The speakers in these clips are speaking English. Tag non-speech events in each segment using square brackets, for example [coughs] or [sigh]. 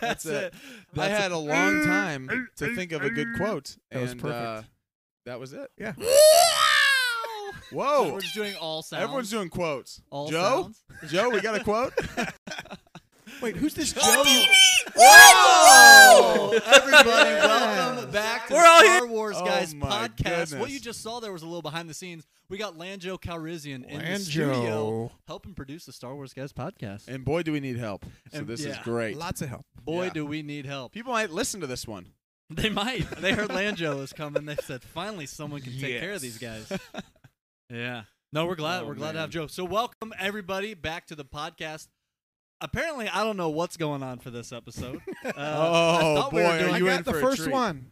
that's it. I that's had a long time to think of a good quote, That was and perfect. uh, that was it. Yeah. Whoa! We're just doing all sounds. Oh. Everyone's doing quotes. all Joe, sounds. Joe, we got a quote. Wait, who's this Joe? Whoa! Whoa! Oh, [laughs] Everybody, Yeah. welcome back to We're the all Star Wars Oh Guys my podcast. What goodness. you just saw there was a little behind the scenes. We got Lanjo Calrissian in the Lanjo. studio helping produce the Star Wars Guys podcast. and boy, do we need help. So And- this is yeah. great. Lots of help. Boy, Yeah. do we need help. [laughs] People might listen to this one. They might. They heard Lanjo is coming. They said, finally, someone can take care of these guys. [laughs] Yes. Yeah. No, we're glad. Oh, we're glad to have man. Joe. So, welcome everybody back to the podcast. Apparently, I don't know what's going on for [laughs] this episode. Uh, I Oh, thought we were boy, are doing- you I in got the for a first treat? one.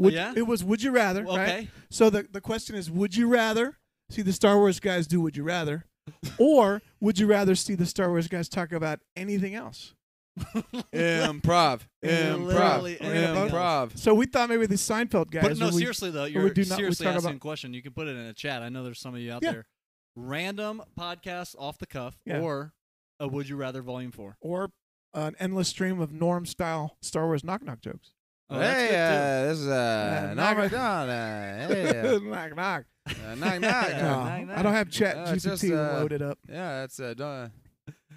Oh, Would, yeah? It was Would You Rather. Right? okay. So the, the question is Would you rather see the Star Wars guys do Would You Rather? or would you rather see the Star Wars guys talk about anything else? Improv. Literally Improv. anything else. Improv. So we thought maybe the Seinfeld guys. But no, would we- seriously though, you're do not- we seriously talk asking a about- question. You can put it in a chat. I know there's some of you out Yeah. there. Random podcast off the cuff Yeah. or a Would You Rather Volume Four. Or an endless stream of Norm style Star Wars knock knock jokes. Oh, that's hey, good, too. uh, this is uh, Uh, knock knock- it down. Uh, hey, [laughs] knock knock. [laughs] uh, knock knock. Yeah, No, uh, knock, knock. I don't have Chat Uh, it's GPT just, uh, loaded up. Yeah, that's uh, don't,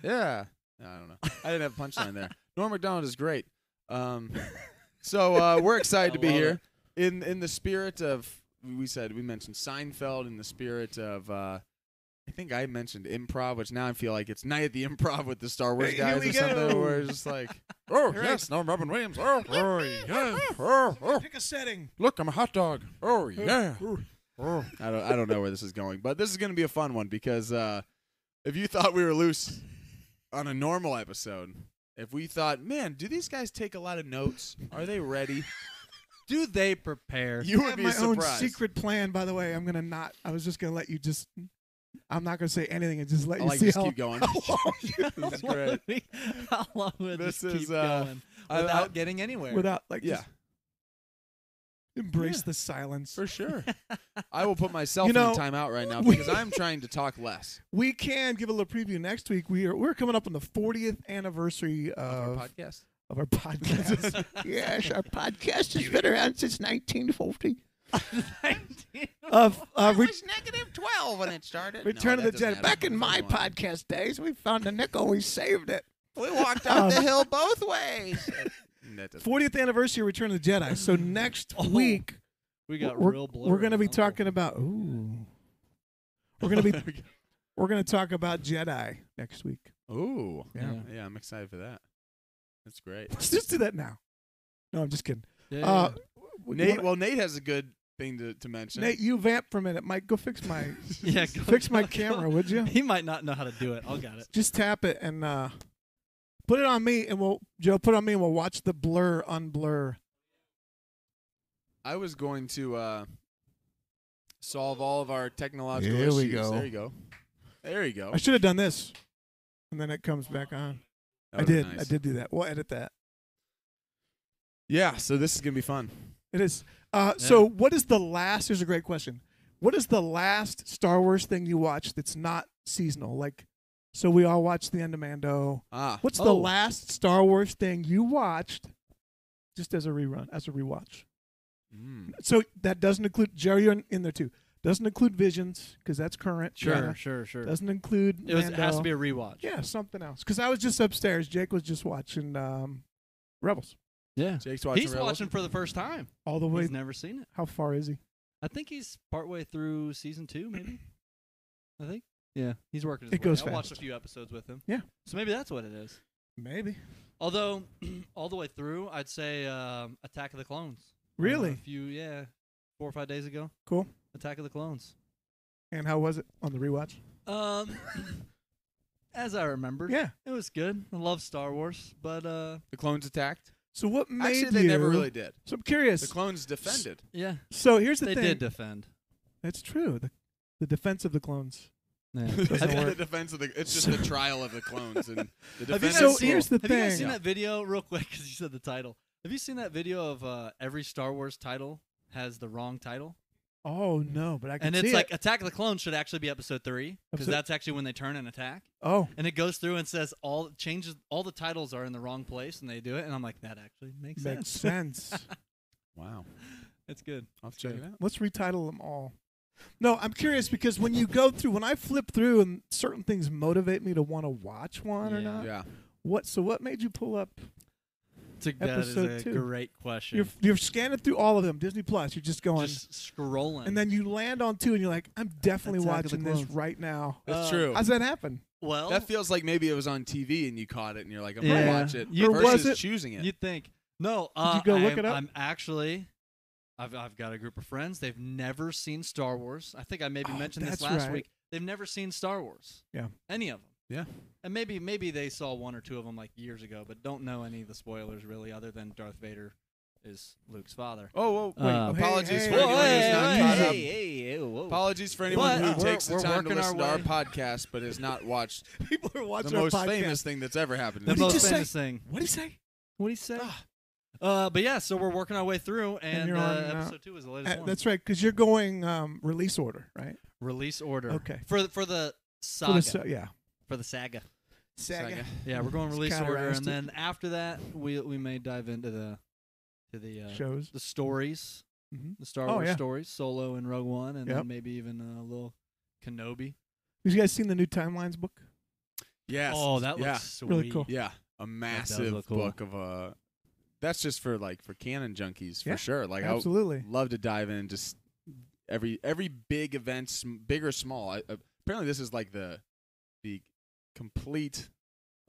yeah. I don't know. I didn't have a [laughs] punchline there. Norm Macdonald is great. Um, so uh, [laughs] we're excited I to be love here in in the spirit of we said we mentioned Seinfeld in the spirit of. Uh, I think I mentioned improv, which now I feel like it's night at the improv with the Star Wars Hey, here guys we or something. go. Where [laughs] it's just like, oh Right. yes, Norm Robin Williams. Oh, [laughs] oh, yes. Oh, oh, Pick a setting. look, I'm a hot dog. Oh yeah. I don't I don't know where this is going, but this is going to be a fun one because uh, if you thought we were loose on a normal episode, if we thought, man, do these guys take a lot of notes? Are they ready? Do they prepare? [laughs] You I would have be my surprised. own secret plan, by the way. I'm gonna not. I was just gonna let you just. I'm not gonna say anything and just let I you like see just how. keep going. [laughs] this is great. How long would this, This is, keep uh, going I- without I- getting anywhere? [laughs] Without like, Yeah, just embrace Yeah. the silence. [laughs] [laughs] for sure. I will put myself You know, in a timeout right now we- because I'm trying to [laughs] talk less. We can give a little preview next week. We are we're coming up on the 40th anniversary Our of podcast. of our podcast. [laughs] yes, our podcast has been around since 1940. Of uh, re- negative 12 when it started. Return of the Jedi. Back in my podcast days, we found a nickel, we saved it. We walked up the hill both ways. 40th anniversary of Return of the Jedi. [laughs] So next Oh, week we got we're, real blurry. we're going to be huh? talking about ooh. We're going [laughs] to be we're going to talk about Jedi next week. [laughs] Ooh. Yeah. Yeah. Yeah, I'm excited for that. That's great. Let's just do that now. No, I'm just kidding. Yeah, Uh, [laughs] w- you Nate, wanna- well, Nate has a good thing to, to mention. Nate, you vamp for a minute. Mike, go fix my [laughs] yeah. Yeah, go- fix my go- camera, would you? He might not know how to do it. I'll got it. Just tap it and uh, put it on me, and we'll Joe put it on me, and we'll watch the blur unblur. I was going to uh, solve all of our technological Here issues. we go. There you go. There you go. I should have done this, and then it comes back on. That I would've did. been I nice. did do that. We'll edit that. Yeah, so this is going to be fun. It is. Uh, So, what is the last? Here's a great question. What is the last Star Wars thing you watched that's not seasonal? Like, so we all watched the end of Mando. Ah. What's the Oh. last Star Wars thing you watched, just as a rerun, as a rewatch? Mm. So that doesn't include Jerry in, in there too. Doesn't include Visions because that's current. Sure, Yeah. sure, sure. Doesn't include. It was it has Mando. to be a rewatch. Yeah, something else. Because I was just upstairs. Jake was just watching um, Rebels yeah. Jake's watching he's Rebels. watching for the first time. all the way. He's never seen it. How far is he? I think he's partway through season two, maybe. I think. Yeah, he's working. His It way. goes I watched a fast. few episodes with him. Yeah. So maybe that's what it is. Maybe. Although, [clears throat] all the way through, I'd say um, Attack of the Clones. I don't know, Really? A few, yeah, four or five days ago. Cool. Attack of the Clones. And how was it on the rewatch? Um, [coughs] as I remember, Yeah. it was good. I love Star Wars, but uh, The clones attacked. So what made Actually, they you? never really did. So I'm The curious. clones defended. yeah, So here's the they thing. did defend. That's true. The, the defense of the clones. [laughs] [laughs] Yeah. Doesn't Have you- the defense of the. It's just the trial of the clones and the Have you defense. guys So of the seen- here's the [laughs] have you guys thing. seen Yeah. that video real quick? Because you said the title. Have you seen that video of uh, every Star Wars title has the wrong title? Oh no, but I can And see it's it. like Attack of the Clones should actually be episode three because Episode- that's actually when they turn and attack. oh, And it goes through and says all changes, all the titles are in the wrong place, and they do it. And I'm like, that actually makes, makes sense. sense. [laughs] Wow. That's good. I'll have to check it out. Let's retitle them all. No, I'm curious because when you go through, when I flip through, and certain things motivate me to want to watch one or Yeah. not. Yeah. What? So what made you pull up? It's a- That is Episode a two. great question. You're you're scanning through all of them, Disney Plus. You're just going, just scrolling. and then you land on two, and you're like, I'm definitely Attack of the watching this Clones. right now. That's Uh, true. How's that happen? well, That feels like maybe it was on TV and you caught it and you're like, I'm gonna Yeah. watch it. You- Or was versus it- choosing it. You'd think. No, uh, you go look I'm, it up? I'm actually. I've, I've got a group of friends. They've never seen Star Wars. I think I maybe Oh, mentioned this that's last right. week. They've never seen Star Wars. Yeah. Any of them. Yeah. And maybe maybe they saw one or two of them like years ago, but don't know any of the spoilers really, other than Darth Vader is Luke's father. oh, whoa, wait. Uh, apologies hey, for hey, anyone who's not hey, caught up. hey, Apologies for anyone But, who uh, we're- takes the we're time to working our listen to our way. podcast but has [laughs] not watched People are the watching our most podcast. famous thing that's ever happened. The to did you most just say? famous thing. What do you say? What do you say? Uh, but yeah, so we're working our way through, and, you're uh, on, uh, episode two is the latest Uh, one. that's right, because you're going um, release order, right? Release order. Okay. For the, for the For saga. the sa- yeah. for the saga. Saga. Yeah, we're going It's release order, counterized and it. then after that, we we may dive into the to the uh, shows. the stories, Mhm. the Star Oh, Wars yeah. stories, Solo and Rogue One, and Yep. then maybe even uh, a little Kenobi. Have you guys seen the new timelines book? Yes. Oh, that looks yeah. sweet. Really [laughs] cool. Yeah, a massive look cool. book of uh That's just for like for canon junkies for Yeah, sure. Like oh. I would Absolutely. love to dive in and just every every big event, sm- big or small. I, uh, apparently, this is like the the complete.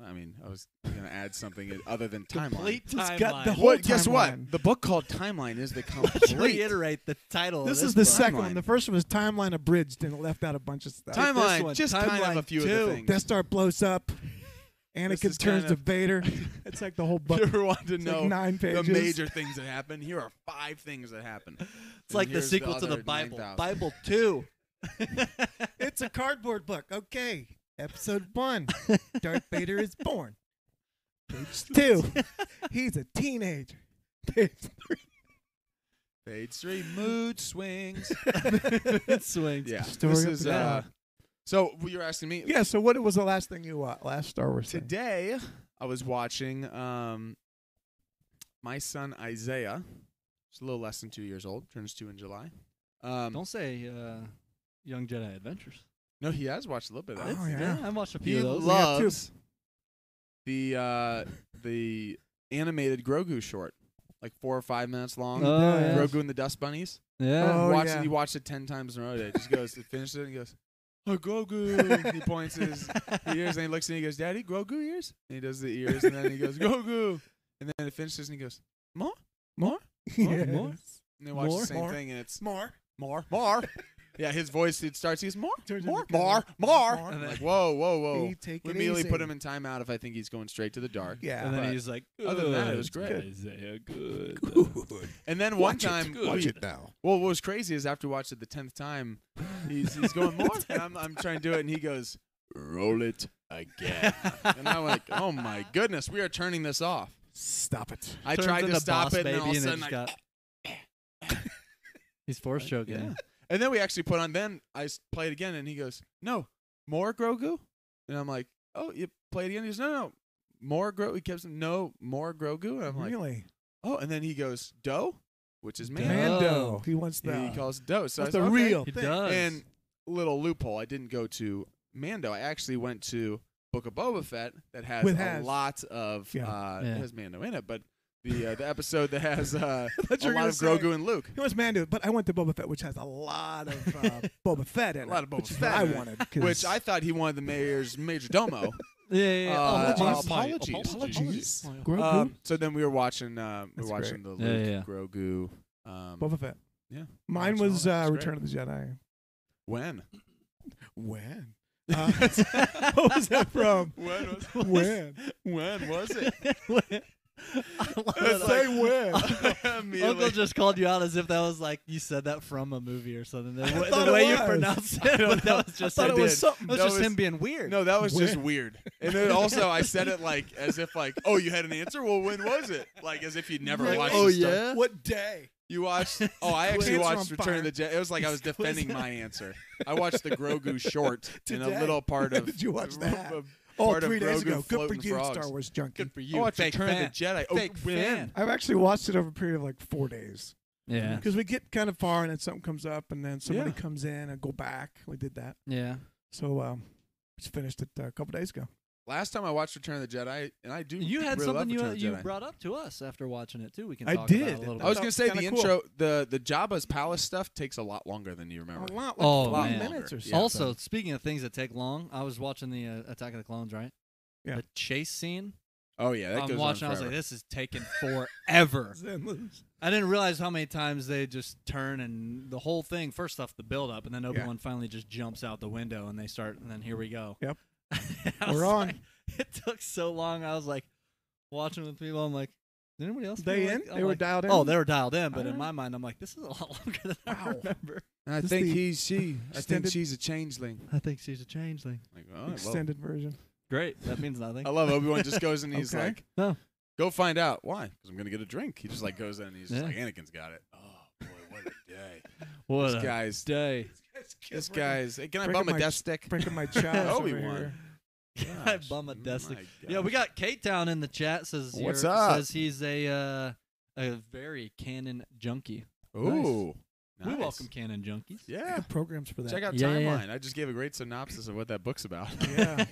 I mean, I was gonna add something other than timeline. Complete It's timeline. got the whole- What? Guess timeline. what? The book called Timeline [laughs] is the Let's complete reiterate the title. of This, is the book. second Timeline. one. The first one was timeline abridged and it left out a bunch of stuff. Time- timeline. one, just kind of a Timeline few of the two. things. [laughs] Death Star blows up. Anakin is turns kind to of- Vader. It's like the whole if book. you ever want to It's like know nine the pages. major things that happen, here are five things that happen. [laughs] It's like the sequel to the Bible, Bible [laughs] Two. It's a cardboard book. Okay. Episode one Darth Vader is born. Page [laughs] two He's a teenager. Page three Page three, mood [laughs] swings. it swings. Yeah, Story this of is. the Uh, day. so you were asking me [laughs] Yeah, so what was the last thing you watched? Last Star Wars thing? today. I was watching um, my son Isaiah. He's a little less than two years old. Turns two in July. Um, Don't say uh, Young Jedi Adventures. no, he has watched a little bit of it. Oh, yeah. I watched a few He of those. lo- have two. loves the uh, the animated Grogu short, like four or five minutes long. Oh, yeah. Grogu and the Dust Bunnies. yeah. [laughs] Oh, watched yeah. it, he watched it ten times in a row. Today. Just goes, finishes it, and he goes, [laughs] "Oh, Grogu!" he points at his ears and he looks and he goes, Daddy, Grogu ears? And he does the ears and then he goes, Grogu. And then it finishes and he goes, More? More? Yes. More? And they watch More? the same More? thing and it's More. More, [laughs] More. yeah, his voice it starts, he goes, More, Turns More, into More, Grogu. More. More. I'm And like, then- Whoa, whoa, whoa. He take We it immedially easy. put him in timeout if I think he's going straight to the dark. [laughs] Yeah. And but- then he's like, Other than that, it was "Good, great. Isaiah, good. And then one Watch it. time, Good. Watch it now. well, what was crazy is after we watched it the tenth time, he's, he's [laughs] going more, and I'm, I'm trying to do it, and he goes, "Roll it [laughs] again." and I'm like, "Oh my goodness, we are turning this off." Stop it. I Turns tried to into stop Boss it, and then all of a Baby, sudden, and I, [laughs] it just [laughs] got- He's force choking. yeah. And then we actually put on. Then I s- played again, and he goes, "No, more Grogu." And I'm like, "Oh, you played again?" He goes, "No, no, more Grogu." He keeps, "No, more Grogu." And I'm like, really? "Oh," and then he goes, "Doe," which is man. Mando. He wants the, He calls it Doe. So wants I the said, "Okay." real He thing. does. And little loophole, I didn't go to Mando. I actually went to Book of Boba Fett that has With a has. lot of Yeah. uh Yeah. It has Mando in it, but the uh, the episode that [laughs] has uh, [laughs] That's a what you're lot of gonna say. Grogu and Luke. He wants Mando, but I went to Boba Fett, which has a lot of [laughs] uh, Boba Fett in A it. lot of Boba which is Fett what I in it. wanted. 'cause- Which I thought he wanted the mayor's major domo. Yeah, yeah, yeah. Uh, Apologies. apologies. Apologies. Apologies. [laughs] Grogu? um, so then we were watching uh, we were That's watching the Yeah, Luke yeah, yeah. Grogu. Um, Boba Fett. yeah. Mine Watching all was that. uh, It's great. Return of the Jedi. When? When? Uh, [laughs] what was that from? When [laughs] was [laughs] When? [laughs] when was it? I love it. [laughs] Say Like, when. immediately. Uncle just called you out as if that was like you said that from a movie or something. The, wa- the thought it way you was. pronounced it, but that was just thought him it was being- something. That was That just was- him being weird. no, that was just Weird. [laughs] weird. And then also I said it like as if like, oh, you had an answer. Well, when was it? Like as if you'd never Like, watched. oh, this [laughs] stuff. What day? You [laughs] watched? Oh, I actually Answer on watched Return fire. of the Jedi. It was like I was defending my answer. I watched the [laughs] Grogu short in Today. a little part [laughs] of. [laughs] Did you watch that? of Oh, part of three days Grogu ago. Good for floating you, frogs. Star Wars junkie. good for You you. I watched fake Return fan. of the Jedi. Oh, Fake when? fan. I've actually watched it over a period of like four days Yeah, because we get kind of far and then something comes up and then somebody Yeah. comes in and go back. We did that, yeah. so um, just finished it uh, a couple days ago. Last time I watched Return of the Jedi, and I do. You had really love something you Return of the you Jedi. brought up to us after watching it too. We can I talk did. about it a little bit. I was Oh, gonna say the kinda intro, the the Jabba's palace stuff takes a lot longer than you A remember. lot, like Oh, five man. minutes or Yeah. so. Also, speaking of things that take long, I was watching the uh, Attack of the Clones, right? Yeah. The chase scene. Oh yeah, that I'm goes watching. on I was like, forever. this is taking forever. [laughs] Then lose. I didn't realize how many times they just turn and the whole thing. First off, the build up, and then Obi Wan finally just jumps out the window, and they start, and then here we go. Yep. [laughs] I We're was on. like- [laughs] it took so long. I was like watching with people. I'm like, did anybody else? They feel in? like-" I'm They were like, dialed in. Oh, they were dialed in, but in Alright. my mind, I'm like, this is a lot [laughs] longer than I Wow. remember. And I Just think the he's she. I think extended- she's a changeling. I think she's a changeling. Like, all right, well, extended [laughs] version. Great. That means nothing. I love Obi Wan. Just goes and [laughs] he's Okay. like, No. go find out why. Because I'm gonna get a drink. He just like goes in and he's just Yeah. like, Anakin's got it. Oh boy, what a [laughs] day. What this a guy's. day. This guy's. Hey, can I breaking bum a my- death stick? [laughs] breaking my chops over Obi-Wan. here. [laughs] I Gosh, Oh oh bum a desk. my Yeah, we gosh. got Kate Town in the chat says What's you're- up? says he's a uh, a very canon junkie. Nice. Ooh, We nice. welcome canon junkies. Yeah. Programs for that. Check out Yeah, yeah. Timeline. I just gave a great synopsis of what that book's about. [laughs] Yeah.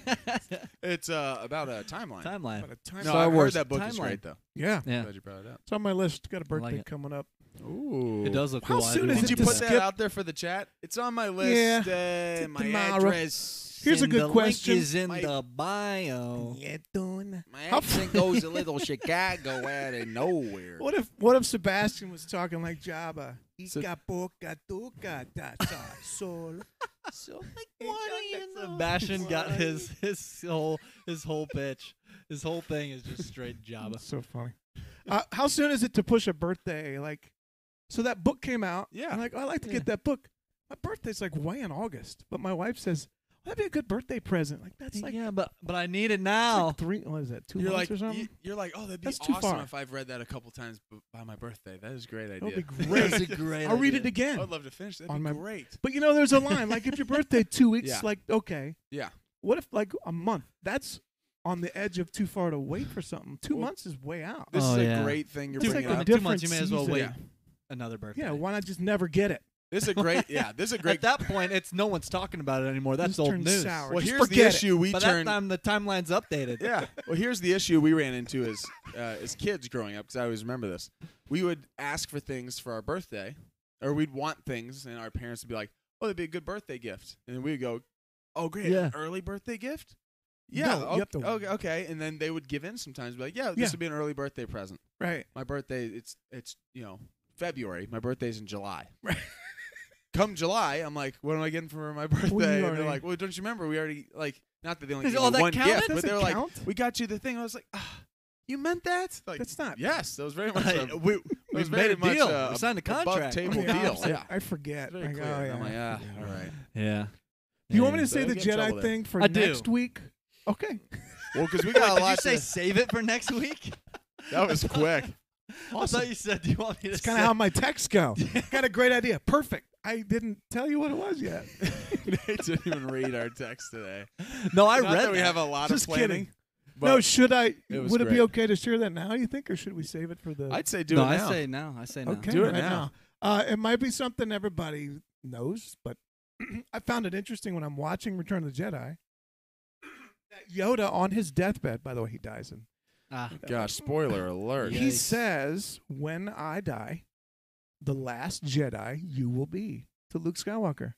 it's uh, about a timeline. [laughs] Timeline. But a time- No, Star I Wars heard that book is timeline. great though. yeah. Yeah. Glad you brought it up. It's on my list. Got a I like birthday it. coming up. Ooh, It does look How cool. I soon do is want Did you to put see that skip- out there for the chat? It's on my list. Yeah, uh, my tomorrow. address. Here's a And good the link question. is in My- the Oh. bio. [laughs] Yeah, doing. My How- [laughs] accent goes a little Chicago out of nowhere. What if what if Sebastian was talking like Jabba? So- Ika boka duka da da [laughs] sol. So, [laughs] Sebastian got his his whole his whole pitch. His whole thing is just straight Jabba. That's so funny. Uh, how soon is it to push a birthday? Like, so that book came out. Yeah. I'm like, oh, I like to Yeah. get that book. My birthday's like way in August, but my wife says that'd be a good birthday present. Like that's like, yeah, but but I need that's it now. like three. What is that? 2 You're months like or something? you- you're like oh that'd be That's too awesome far. if I've read that a couple times b- by my birthday. That is a great That would idea. be great. [laughs] [laughs] That's a great I'll read it idea. again. I'd love to finish. That'd On be my- great. But you know, there's a line like if your birthday two weeks, Yeah. like okay, Yeah. What if like a month? That's on the edge of too far to wait for something. Two Well, months is way out. This Oh, is a yeah. great thing you're It's bringing like a up. different two months. You may as well season. wait Yeah. another birthday. yeah, why not just never get it? [laughs] This is a great. Yeah, this is a At great. that point, it's no one's talking about it anymore. That's Just old turns news. sour. well, just here's the forget it. issue we By turn. that time, the timeline's updated. yeah. Well, here's the issue we ran into as uh, as kids growing up because I always remember this. We would ask for things for our birthday, or we'd want things, and our parents would be like, "Oh, that'd be a good birthday gift," and then we'd go, "Oh, great, an Yeah. early birthday gift." Yeah. oh, No, okay, you have to- okay, okay. And then they would give in sometimes, be like, "Yeah, this Yeah. would be an early birthday present. Right. My birthday, it's it's you know February. My birthday's in July." Right. Come July, I'm like, what am I getting for my birthday? and already- they're like, well, don't you remember? We already like not that they only Is gave all me that one counted? gift, but Does they're it like, count? we got you the thing. I was like, ah, you meant that? Like, That's not. yes, that was very much. Like, a, we- that we was made very a much deal. A, We signed a contract. Above [laughs] table Yeah, deal. opposite. Yeah, I forget. very Like, clear. oh, And yeah. I'm like, ah, all right. Yeah. Do you want me to So say you the get in trouble Jedi there. thing for I do. next week? Okay. Well, because we got a Did you lot. [laughs] say To, save it for [laughs] next week? that was quick. Awesome. I thought you said, do you want me to That's kind of [laughs] how my texts [laughs] go. Got a great idea. Perfect. I didn't tell you what it was [laughs] yet. Nate didn't even read our text today. No, I Not read that we have a lot Just of planning. kidding. But no, should I? it was would it be great. okay to share that now? You think, or should we save it for the? I'd say do no, it I now. say no. I say no. Okay, Do it right now. Uh, it might be something everybody knows, but [clears throat] I found it interesting when I'm watching Return of the Jedi. That Yoda on his deathbed, by the way, he dies, and Ah, Gosh, spoiler alert. Yeah. he Yikes. says, "When I die, the last Jedi you will be." To Luke Skywalker.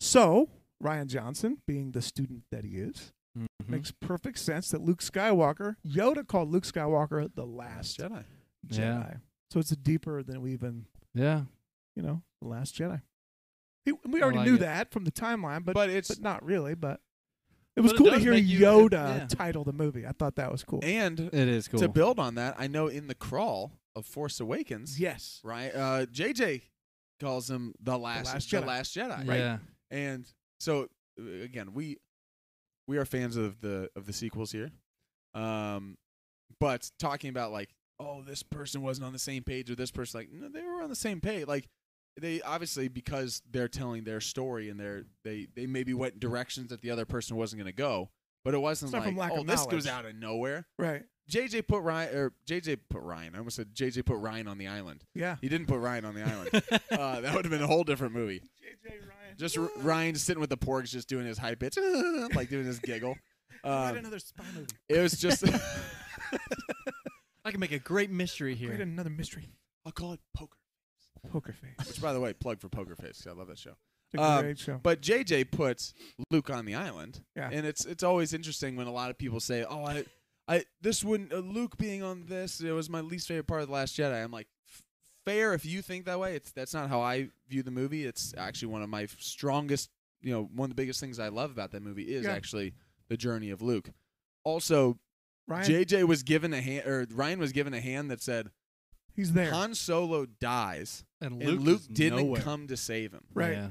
So Ryan Johnson, being the student that he is, Mm-hmm. Hmm. Mm-hmm. makes perfect sense that Luke Skywalker, Yoda called Luke Skywalker the last Jedi. Jedi. Yeah. So it's deeper than we even Yeah. you know, The Last Jedi. He, we already like knew it. that from the timeline, but, But, but it's not really. But it was But it cool to does hear make you- Yoda yeah. title the movie. I thought that was cool. and It is cool. to build on that, I know in the crawl of Force Awakens, Yes. right? Uh, JJ calls him the last, Last Jedi. Jedi, right? Yeah. And so uh, again, we we are fans of the of the sequels here. Um but talking about like oh this person wasn't on the same page or this person like no they were on the same page like they obviously because they're telling their story and they're they they maybe went directions that the other person wasn't going to go but it wasn't It's not like from lack oh of this goes knowledge. out of nowhere Right. JJ put Ryan or JJ put Ryan I almost said JJ put Ryan on the island Yeah. he didn't put Ryan on the island [laughs] uh, that would have been a whole different movie JJ Ryan. just R- Ryan just sitting with the porgs, just doing his high pitch, [laughs] like doing [laughs] his giggle. Um, another spy movie. it was [laughs] just. I can make a great mystery here. Create another mystery. I'll call it poker. Poker Face. It's Which, by the way, plug for Poker Face. 'cause I love that show. a Um, great show. But JJ puts Luke on the island, Yeah. and it's it's always interesting when a lot of people say, "Oh, I, I this wouldn't uh, Luke being on this. It was my least favorite part of the Last Jedi." I'm like, "F- fair if you think that way. It's that's not how I view the movie. It's actually one of my strongest, you know, one of the biggest things I love about that movie is Yeah. actually the journey of Luke. Also, Ryan, JJ was given a hand, or Ryan was given a hand that said he's there. Han Solo dies, and and Luke is didn't nowhere. come to save him. right. Yeah.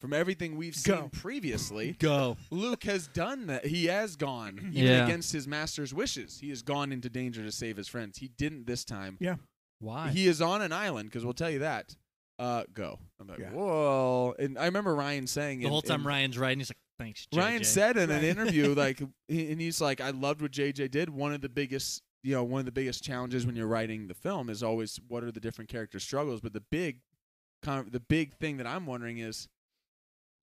From everything we've seen Go. previously, Go. Luke has done that. He has [clears throat] gone even Yeah. against his master's wishes. He has gone into danger to save his friends. He didn't this time. Why? He is on an island because we'll tell you that. Uh, go. I'm like, Yeah. whoa. And I remember Ryan saying the in- whole time in- Ryan's riding, he's like, "Thanks, JJ. Ryan said in an Right. [laughs] interview, like, he- and he's like, I loved what JJ did. One of the biggest, you know, one of the biggest challenges when you're writing the film is always what are the different character struggles. But the big, kind of, the big thing that I'm wondering is,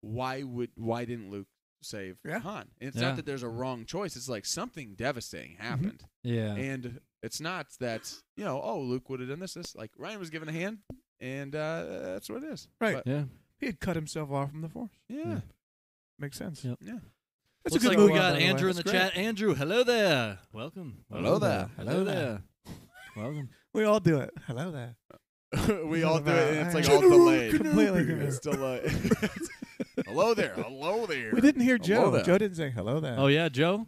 why would, why didn't Luke save Yeah. Han? And it's Yeah. Mm-hmm. not that there's a wrong choice. It's like something devastating Mm-hmm. happened, Yeah. and it's not that you know, oh, Luke would have done this. This like Ryan was given a hand, and uh, that's what it is. Right. But, yeah. He had cut himself off from the Force. yeah. Makes sense. Yep. Yeah. That's Looks a good like movie, we by got the way. Andrew in the That's great. chat. Andrew, hello there. Welcome. Hello there. Hello there. Welcome. We all do it. Hello there. [laughs] we all do it, and it's like all General delayed. Completely [laughs] It's different. still uh, [laughs] hello there, hello there. We didn't hear Hello Joe. there. Joe didn't say hello there. Oh yeah, Joe.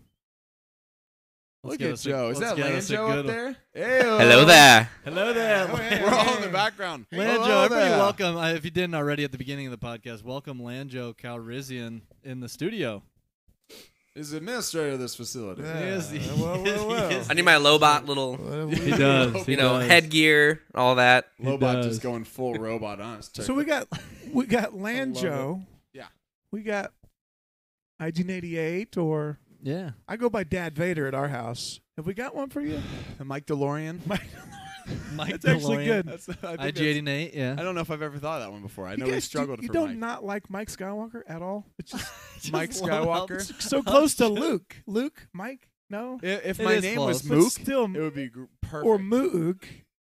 Let's Look get at us a- Joe. Is let's that get Land us a Joe good up one. there? Heyo. Hello there. [laughs] Hello there. Oh, yeah. We're all in the background. Lanjo, Hello everybody, there. welcome. Uh, if you didn't already at the beginning of the podcast, welcome Lanjo Calrissian in the studio. Is the administrator of this facility. Yeah. Yes, he well, is, well, well. [laughs] he is. I need my Lobot little, [laughs] [laughs] He does. you know, headgear, all that. He Lobot does. just going full robot on us. [laughs] So we got we got Lanjo. Yeah. We got IG88 or Yeah. I go by Dad Vader at our house. Have we got one for [laughs] you? Mike DeLorean. Mike, Mike That's actually DeLorean. good. [laughs] That's, I, think IG that's- eighty eight. Yeah. I don't know if I've ever thought of that one before. I know you we guys do- struggled you for don't Mike. not like Mike Skywalker at all. It's just [laughs] [laughs] Just Mike love how Skywalker. this- so close [laughs] to Luke. Luke, Mike, no, I- if It my is name was close. But Mook, still it would be gr- perfect. or Moog.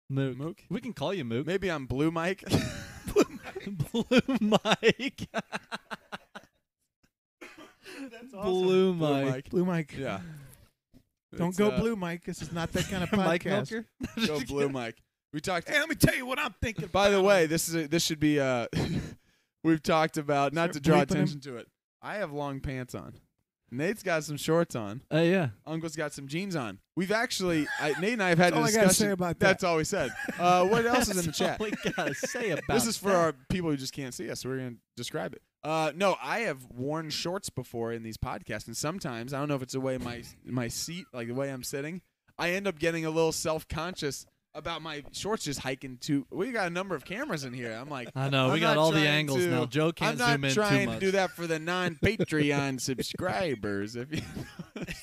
Mook. Mook? We can call you Mook. Maybe I'm Blue [laughs] Mike. Blue [laughs] Mike. Blue Mike. Blue Mike. Yeah. Don't It's, go uh, blue, Mike. This is not that kind of [laughs] podcast. Mike Milker. [laughs] Go blue, Mike. We talked. Hey, let me tell you what I'm thinking. By the about. way, this is a, this should be. Uh, [laughs] we've talked about not to Start draw bleeping him. attention to it. I have long pants on. Nate's got some shorts on. Uh, yeah. Uncle's got some jeans on. We've actually, I, Nate and I have had That's all a I gotta discussion. say about that. That's all we said. Uh, what else [laughs] is in the chat? That's all we gotta [laughs] say about This is for that. our people who just can't see us. So we're gonna describe it. Uh, no, I have worn shorts before in these podcasts, and sometimes I don't know if it's the way my my seat, like the way I'm sitting, I end up getting a little self conscious about my shorts just hiking to. We got a number of cameras in here. I'm like, I know I'm we got not all the trying angles to- now. Joe [laughs] can't I'm not zoom in trying too much. to [laughs] do that for the non Patreon [laughs] subscribers. If [laughs] you,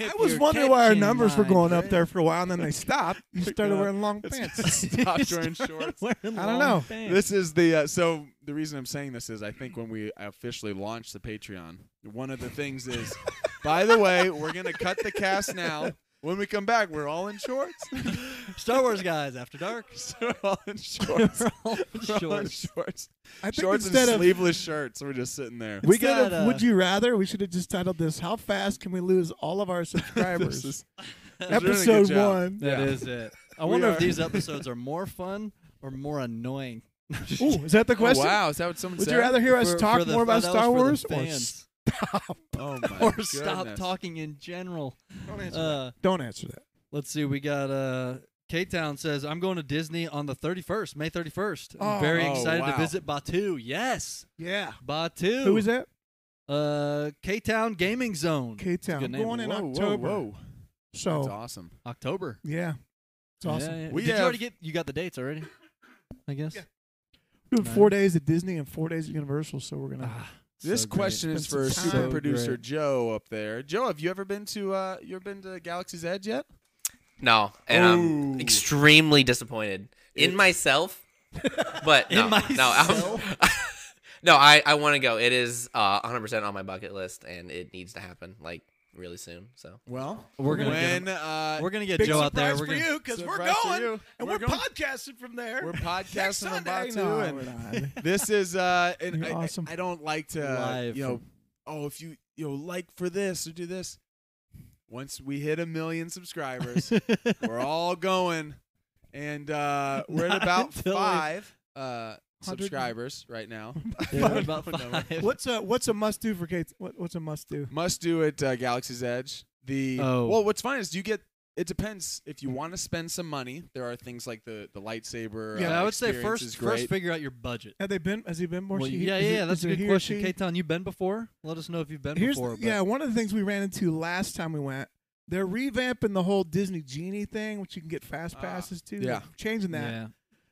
I was wondering why our numbers were going [laughs] up there for a while, and then they stopped. You started Yeah. wearing [laughs] long It's- pants. Stop wearing shorts. I I don't know. This is the uh, so the reason I'm saying this is I think when we officially launch the Patreon, one of the things [laughs] is, by the way, we're gonna cut the cast now. When we come back, we're all in shorts. Star Wars guys after dark. [laughs] [laughs] we're all in shorts. We're all in We're all in shorts. shorts. I think Shorts and instead of sleeveless shirts. We're just sitting there. we Instead got uh, of, would you rather, we should have just titled this "How fast can we lose all of our subscribers?" [laughs] This is- doing a good Episode job. one. That Yeah. is it. I We wonder if are- [laughs] these episodes are more fun or more annoying. [laughs] Ooh, is that the question? Oh, wow, is that what someone Would said? you rather hear us For- talk for the- more about that was Star for the Wars or fans. [laughs] oh my or, stop goodness. talking in general? Don't answer, Uh, don't answer that. let's see. We got uh, K Town says, I'm going to Disney on the 31st, May 31st. I'm Oh. very Oh, excited wow. to visit Batu. Yes. Yeah. Batu. Who is that? Uh, K Town Gaming Zone. K It's a Town. good name. Going in whoa, October. Whoa, whoa. So That's awesome. October. yeah, it's awesome. Yeah, yeah. We Did you have- already get you got the dates already? I guess. Yeah. Doing four days at Disney and four days at Universal. So we're gonna. Ah, This so great. question is Spend for some super time. producer Great. Joe up there. Joe, have you ever been to uh you ever been to Galaxy's Edge yet? No, and Ooh. I'm extremely disappointed in It- [laughs] myself. But no, In no, myself? I'm, [laughs] no, I I want to go. It is uh, 100% on my bucket list, and it needs to happen like really soon. So Well, We're gonna get when uh We're gonna get Big Joe out there. surprise We're for gonna, you because we're surprise for going you. and We're we're, going- podcasting from there. [laughs] we're Next podcasting on Sunday. Batu No, and we're not. [laughs] this is uh and You're I, awesome. I don't like to Live you know from- oh if you you know like for this or do this once we hit a million [laughs] subscribers we're all going and uh we're at Not about until we- 5 uh Hundred- subscribers right now Yeah, we're about No, no. five. what's a what's a must do for Kate? What, what's a must do? must do at uh, Galaxy's Edge the Oh. well what's fun is you get it depends if you want to spend some money there are things like the the lightsaber Yeah, uh, I would say experience first is great. first figure out your budget. Have they been? Has he been more? Well, she, yeah, is yeah, it- yeah, that's is a it good he or question. she? K Town, you been before? Let us know if you've been Here's before. the- but- yeah, one of the things we ran into last time we went. They're revamping the whole Disney Genie thing, which you can get fast Ah, passes to. yeah. They're changing that. Yeah.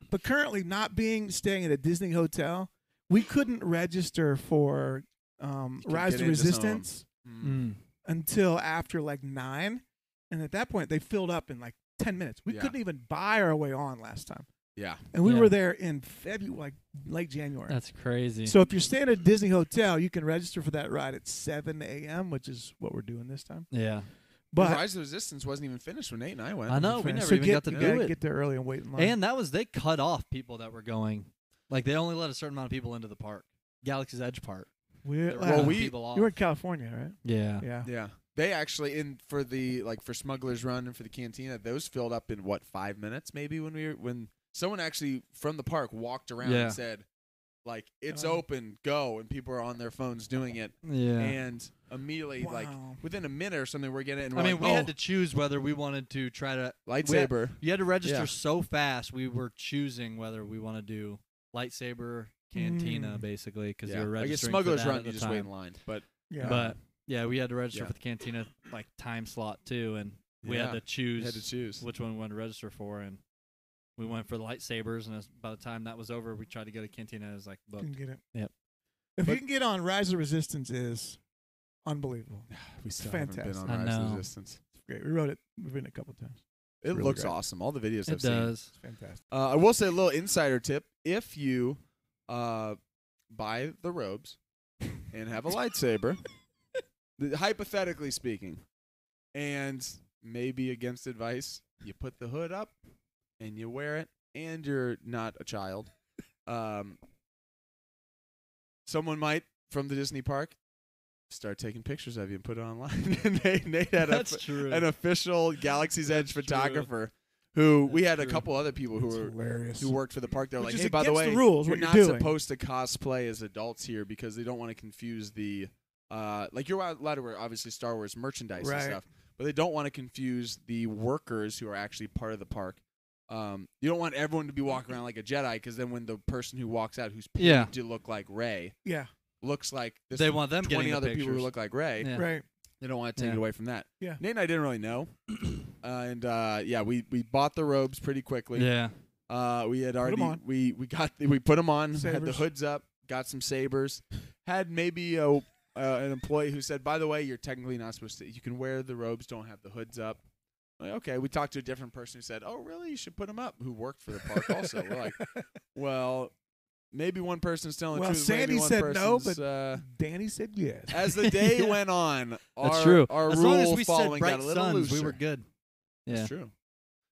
But currently, not being staying at a Disney hotel, we couldn't register for um, You can Rise of get into some of 'em. Resistance Mm. Mm. until after like nine, and at that point, they filled up in like ten minutes. We Yeah. couldn't even buy our way on last time, yeah and we Yeah. were there in February, like late January. That's crazy. So if you're staying at a Disney hotel, you can register for that ride at 7 a.m., which is what we're doing this time. yeah. But Rise of the Resistance wasn't even finished when Nate and I went I know. We never so even get, got to you do gotta it. Get there early and wait in line. And that was they cut off people that were going. Like they only let a certain amount of people into the park. Galaxy's Edge Park. We're- They were wow. Well, cutting we- people uh, off. you were in California, right? yeah. Yeah. Yeah. They actually in for the like for Smuggler's Run and for the Cantina, those filled up in what five minutes maybe when we were when someone actually from the park walked around Yeah. and said like it's Oh. open, go, and people are on their phones doing it, Yeah. and immediately like Wow. within a minute or something we're getting it. And I we're mean, we like, had to choose whether we wanted to try to. "Oh, lightsaber. You had to register Yeah. so fast. We were choosing whether we want to do lightsaber cantina, Mm. basically, because yeah. you were I guess registering. for Smuggler's that Run, at you the just wait time. in line, but Yeah. But yeah, we had to register Yeah. for the cantina like time slot too, and we Yeah. had to you choose had to choose. which one we wanted to register for, and we went for the lightsabers. And as, by the time that was over, we tried to go to cantina. It was like You booked. can get it. Yep. If But- you can get on Rise of Resistance is unbelievable. We still fantastic. haven't been I on Rise of the know. Resistance. It's great. We wrote it. We've written it a couple times. It Really looks great. awesome. All the videos I've It seen. does. It's fantastic. Uh, I will say a little insider tip: if you uh, buy the robes and have a lightsaber, th- hypothetically speaking, and maybe against advice, you put the hood up and you wear it, and you're not a child. Um, someone might from the Disney park start taking pictures of you and put it online. [laughs] and Nate, Nate had a, That's [laughs] true. an official Galaxy's Edge That's true. photographer who we That's had a true. couple other people who It's were hilarious. who worked for the park. They're Which like, is hey, by the against the way, rules, you're what you're not doing." supposed to cosplay as adults here because they don't want to confuse the uh, like you're allowed to wear obviously Star Wars merchandise Right. and stuff, but they don't want to confuse the workers who are actually part of the park. Um, you don't want everyone to be walking around like a Jedi because then when the person who walks out who's paid Yeah. to look like Ray Yeah. looks like this they want them twenty getting other the people who pictures. look like Ray. Yeah. Right. They don't want to take it Yeah. away from that. Yeah. Nate and I didn't really [clears throat] know, uh, and uh, yeah, we we bought the robes pretty quickly. Yeah. Uh, we had already on. we we got we put them on, had the Sabers. hoods up, got some sabers, had maybe a, uh, an employee who said, "By the way, you're technically not supposed to. You can wear the robes, don't have the hoods up." Like, okay, we talked to a different person who said, "Oh, really? You should put them up." Who worked for [laughs] the park also. We're like, "Well, maybe one person's telling Well, the truth. maybe Sandy one said no, person's, uh, Danny said yes. as the day [laughs] Yeah. went on, our, That's true. our as rule long as we said following bright got a little suns, looser. we were good. Yeah. That's true.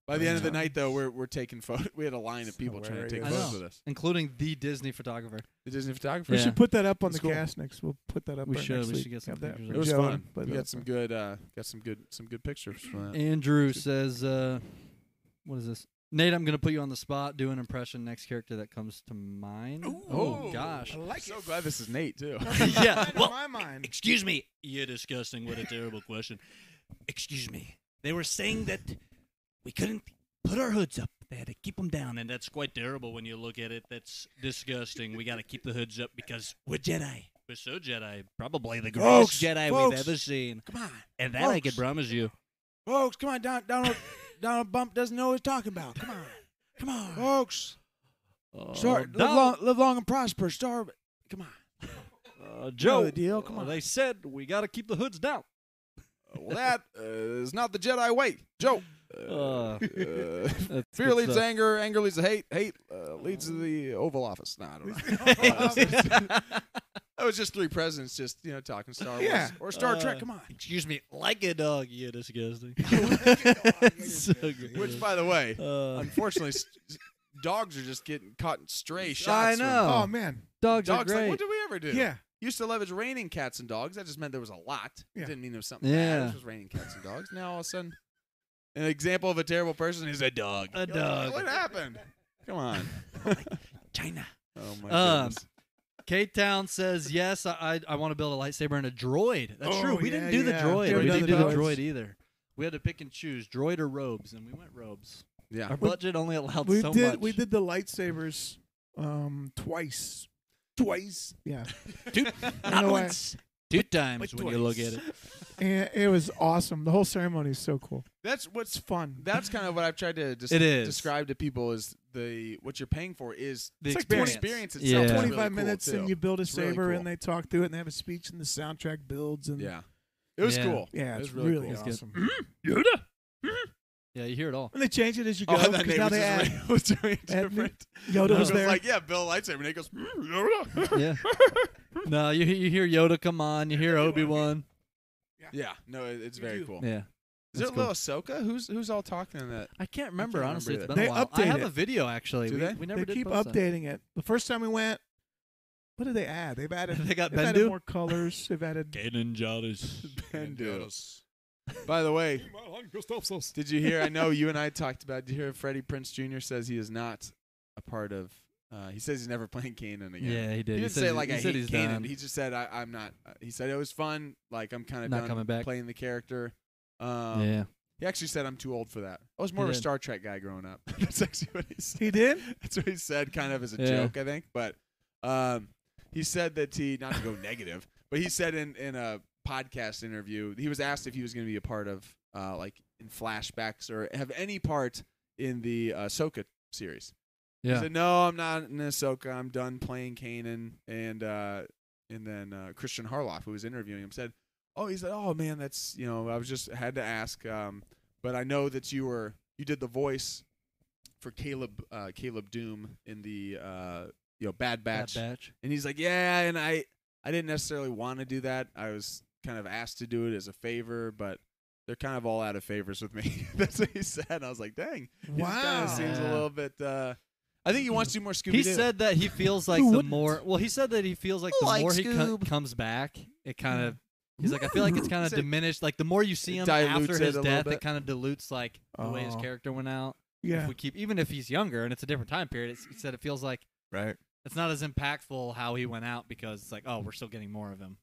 By the end of the Yeah. night, though, we're we're taking photos. [laughs] We had a line of people trying to take Hilarious. photos with us. Including the Disney photographer. The Disney photographer. We Yeah. should put that up on That's the cool. cast next. We'll put that up. We there should. Next We week. should get some Have that pictures for It was Joe fun. and put we it got up some there. good, uh, got some good, some good pictures from that. Andrew says, uh, what is this? Nate, I'm going to put you on the spot. Do an impression. Next character that comes to mind. Oh, Ooh. gosh. I like so it. glad this is Nate too. [laughs] Yeah, In well, my mind. Excuse me. You're disgusting. What a terrible question. Excuse me. They were saying that we couldn't put our hoods up. They had to keep them down, and that's quite terrible when you look at it. That's disgusting. we got to keep the hoods up because we're Jedi. We're so Jedi. Probably the Folks, greatest Jedi folks. we've ever seen. Come on, And that I can Folks. promise you. folks. Come on, Don, [laughs] Donald. [laughs] Donald Bump doesn't know what he's talking about. Come on, Come on. folks. Oh, Star, live, Donald- long, live long and prosper. Star. Come on. Uh, Joe, the deal, come uh, on. They said we got to keep the hoods down. Well, that uh, is not the Jedi way, Joe. Uh, [laughs] uh, [laughs] That's Fear good leads to stuff. anger. Anger leads to hate. Hate uh, leads to the Oval Office. No, I don't [laughs] know. That was just three presidents just, you know, talking Star Wars. Yeah. Or Star Uh, Trek. Come on. [laughs] Excuse me, like a dog, you disgusting. [laughs] so good. Which, by the way, uh, unfortunately, s- s- dogs are just getting caught in stray shots. I from- know. Oh, man. dogs, Dogs, are like, great. what did we ever do? Yeah. Used to love it's raining cats and dogs. That just meant there was a lot. Yeah. It didn't mean there was something bad. It Yeah. was just raining cats and dogs. Now, all of a sudden, an example of a terrible person is a dog. a You're like, dog. What happened? Come [laughs] on. China. Oh, my Um, goodness. K Town says yes. I I, I want to build a lightsaber and a droid. That's Oh, true. We yeah, didn't do the yeah. droid. Yeah, we we didn't do did the the droids. droid either. We had to pick and choose droid or robes, and we went robes. Yeah. Our We- budget only allowed we so did much. we did the lightsabers um twice. Twice. Yeah. [laughs] two, not know why. once, two times when you look at it. And it was awesome. The whole ceremony is so cool. That's what's It's fun. that's kind of what I've tried to dis- It is. describe to people is the what you're paying for is The It's like the experience. experience Yeah. itself. is really 25 cool, minutes too. and you build a really saber cool. and they talk through it and they have a speech and the soundtrack builds and yeah, it was Yeah. cool. Yeah, it it's was really, really cool. It's awesome. Yeah, you hear [laughs] it all. And they change it as you go [laughs] Oh, that 'cause name now was they just [laughs] add really- was doing add new- different. Yoda [laughs] was I was there. like, yeah, Bill lightsaber, and he goes, [laughs] "Mm, Yoda." Yeah. [laughs] no, you you hear Yoda come on. You hear Obi Wan. yeah, no, it, it's very do. cool. Yeah. Is there That's cool. little Ahsoka? Who's who's all talking in [laughs] that? I can't remember remember honestly. either. it's been a They while. I update have it. a video actually. Do we, they? we never they did keep post that. updating it. The first time we went, what did they add? They've [laughs] added They got they've added Bendu? more colors. They've added Kanan Jarrus. Bandos. By the way, did you hear? I know you and I talked about. Did you hear Freddie Prince Jr. says he is not a part of. Uh, he says he's never playing Kanan again. Yeah, he did. He He didn't said say he's- like he I said hate he's Kanan. done. He just said I, I'm not. uh, He said it was fun. Like I'm kind of Not done coming back. playing the character. Um, yeah. He actually said I'm too old for that. I was He more of a did. Star Trek guy growing up. [laughs] That's actually what he said. He did? [laughs] That's what he said, kind of as a Yeah. joke, I think. But um, he said that he not to go negative, but he said in in a podcast interview he was asked if he was going to be a part of uh, like in flashbacks or have any part in the uh, Ahsoka series. He Yeah. said, "No, I'm not an Ahsoka. I'm done playing Kanan." And uh, and then uh, Christian Harloff, who was interviewing him, said, "Oh, he said, oh man, that's you know, I was just had to ask, um, but I know that you were you did the voice for Caleb uh, Caleb Doom in the uh, you know Bad Batch, batch. and he's like, yeah, and I I didn't necessarily want to do that. I was kind of asked to do it as a favor, but." They're kind of all out of favors with me. [laughs] That's what he said. I was like, "Dang, he kind Wow. of seems a Yeah. little bit. Uh, I think he wants to do more Scooby. He said that he [laughs] feels like Who the wouldn't? more well, he said that he feels like the Like more he co- Scoob. comes back, it kind of he's like I feel like it's [laughs] He kind of said- diminished. Like the more you see It him dilutes after it his a little death, bit. it kind of dilutes like the way his Oh. character went out. If Yeah. we keep even if he's younger and it's a different time period, it's, he said it feels like right. it's not as impactful how he went out because it's like oh we're still getting more of him.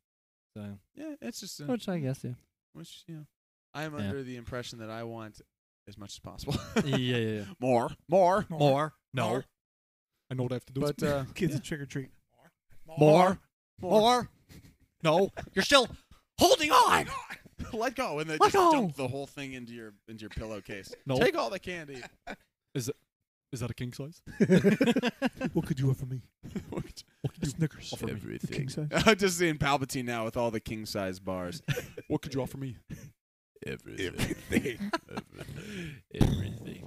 So Yeah, it's just uh, which I guess yeah which you know, I am Oh, Yeah. under the impression that I want as much as possible. [laughs] yeah yeah, yeah. [laughs] more, more, more no More. I know what I have to do But uh, Kids [laughs] trick or treat. more more no you're still holding on. [laughs] let go, and then Let just dump go. the whole thing into your into your pillowcase. No. Take all the candy. [laughs] [laughs] Is that a king size? What could you offer me? Snickers. The king size. I'm just seeing Palpatine now with all the king size bars. what could you offer me? [laughs] Everything. Everything.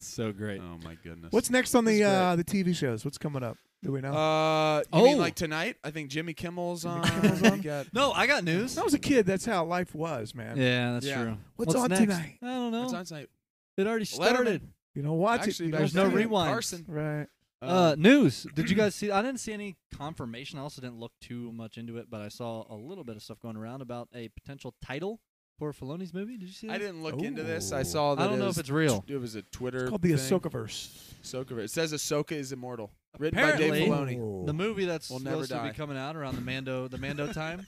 So great. oh my goodness. What's next on the That's uh, the TV shows? What's coming up? Do we know? uh? You mean Oh. like tonight? I think Jimmy Kimmel's Jimmy on. [laughs] Kimmel's We on? got- No, I got news. when I was a kid, that's how life was, man. Yeah, that's Yeah. true. What's on next? tonight? I don't It's know. on tonight. It already started. You don't watch it. Actually, you back there's don't no then, see it. rewind. rewinds. Carson. Right. Uh, news. Did [clears throat] you guys see? I didn't see any confirmation. I also didn't look too much into it, but I saw a little bit of stuff going around about a potential title for Filoni's movie. Did you see um, that? I didn't look into this. Ooh. I saw that. Oh. I don't it know was, if it's real. It was a Twitter. It's called the thing. Ahsokaverse. Ahsoka. It says Ahsoka is immortal. Written by Dave Apparently- Filoni. Oh. The movie that's We'll never supposed to be die. coming out around the Mando, the Mando time,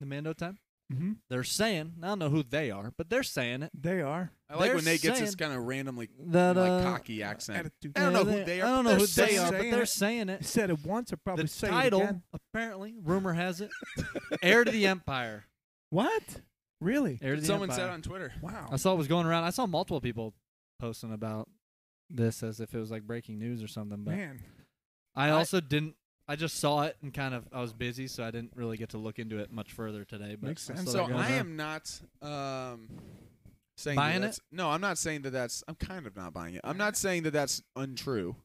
the Mando time. hmm They're saying I don't know who they are, but they're saying it They are. I like They're when Nate gets this saying kind of randomly that uh, like cocky accent. Attitude. I don't know who yeah, they I are, don't but know who they're they are, saying but they're it. saying He it. said it once. I'll probably The say title, it again. apparently, rumor has it, heir to the empire. What? Really? Heir to the Someone empire. said on Twitter. Wow. I saw it was going around. I saw multiple people posting about this as if it was like breaking news or something. But Man. I I- also didn't. I just saw it and kind of I was busy, so I didn't really get to look into it much further today. But Makes I sense. saw So that going I around. am not um, saying uh-huh. Buying it? that that's, No, I'm not saying that that's. I'm kind of not buying it. I'm not saying that that's untrue.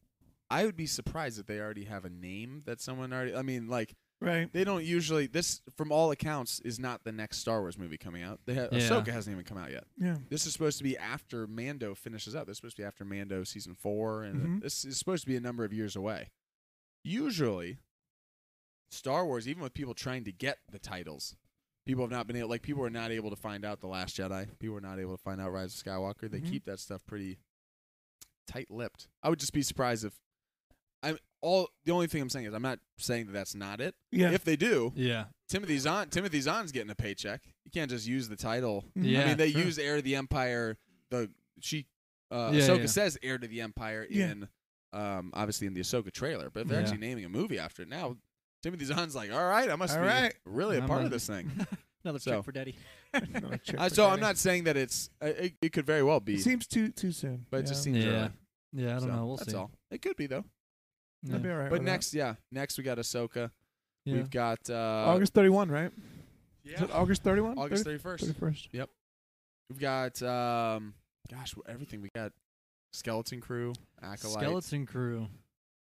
I would be surprised if they already have a name that someone already. I mean, like Right. they don't usually. This, from all accounts, is not the next Star Wars movie coming out. They have, Yeah. Ahsoka hasn't even come out yet. Yeah. This is supposed to be after Mando finishes up. This is supposed to be after Mando season four, and Mhm. this is supposed to be a number of years away. Usually, Star Wars, even with people trying to get the titles, people have not been able. Like people were not able to find out the Last Jedi. People were not able to find out Rise of Skywalker. They Mhm. keep that stuff pretty tight-lipped. I would just be surprised if I'm all. The only thing I'm saying is I'm not saying that that's not it. Yeah. [laughs] If they do, Yeah. Timothy Zahn, Timothy Zahn's getting a paycheck. You can't just use the title Mhm. Yeah. [laughs] I mean, they true. use heir to the empire. The she uh, Yeah, Ahsoka yeah. says heir to the empire Yeah. in um, obviously in the Ahsoka trailer, but if they're Yeah. actually naming a movie after it now. Timothy Zahn's like, all right, I must All be right. really a I'm part a- of this [laughs] thing. another So- check for daddy. [laughs] Another check Uh, for so I'm Danny. not saying that it's uh, it, it could very well be, It seems too too soon. but it just yeah. seems Yeah. early. Yeah, I don't So know. We'll that's see. all. It could be though. Yeah. I'd be all right but with next, yeah, next we got Ahsoka. Yeah. We've got that. uh, August 31, right? Is yeah. it August 31? August 30? thirty first. 31st. We've got um, gosh, everything we got. Skeleton Crew, Acolyte. Skeleton Crew.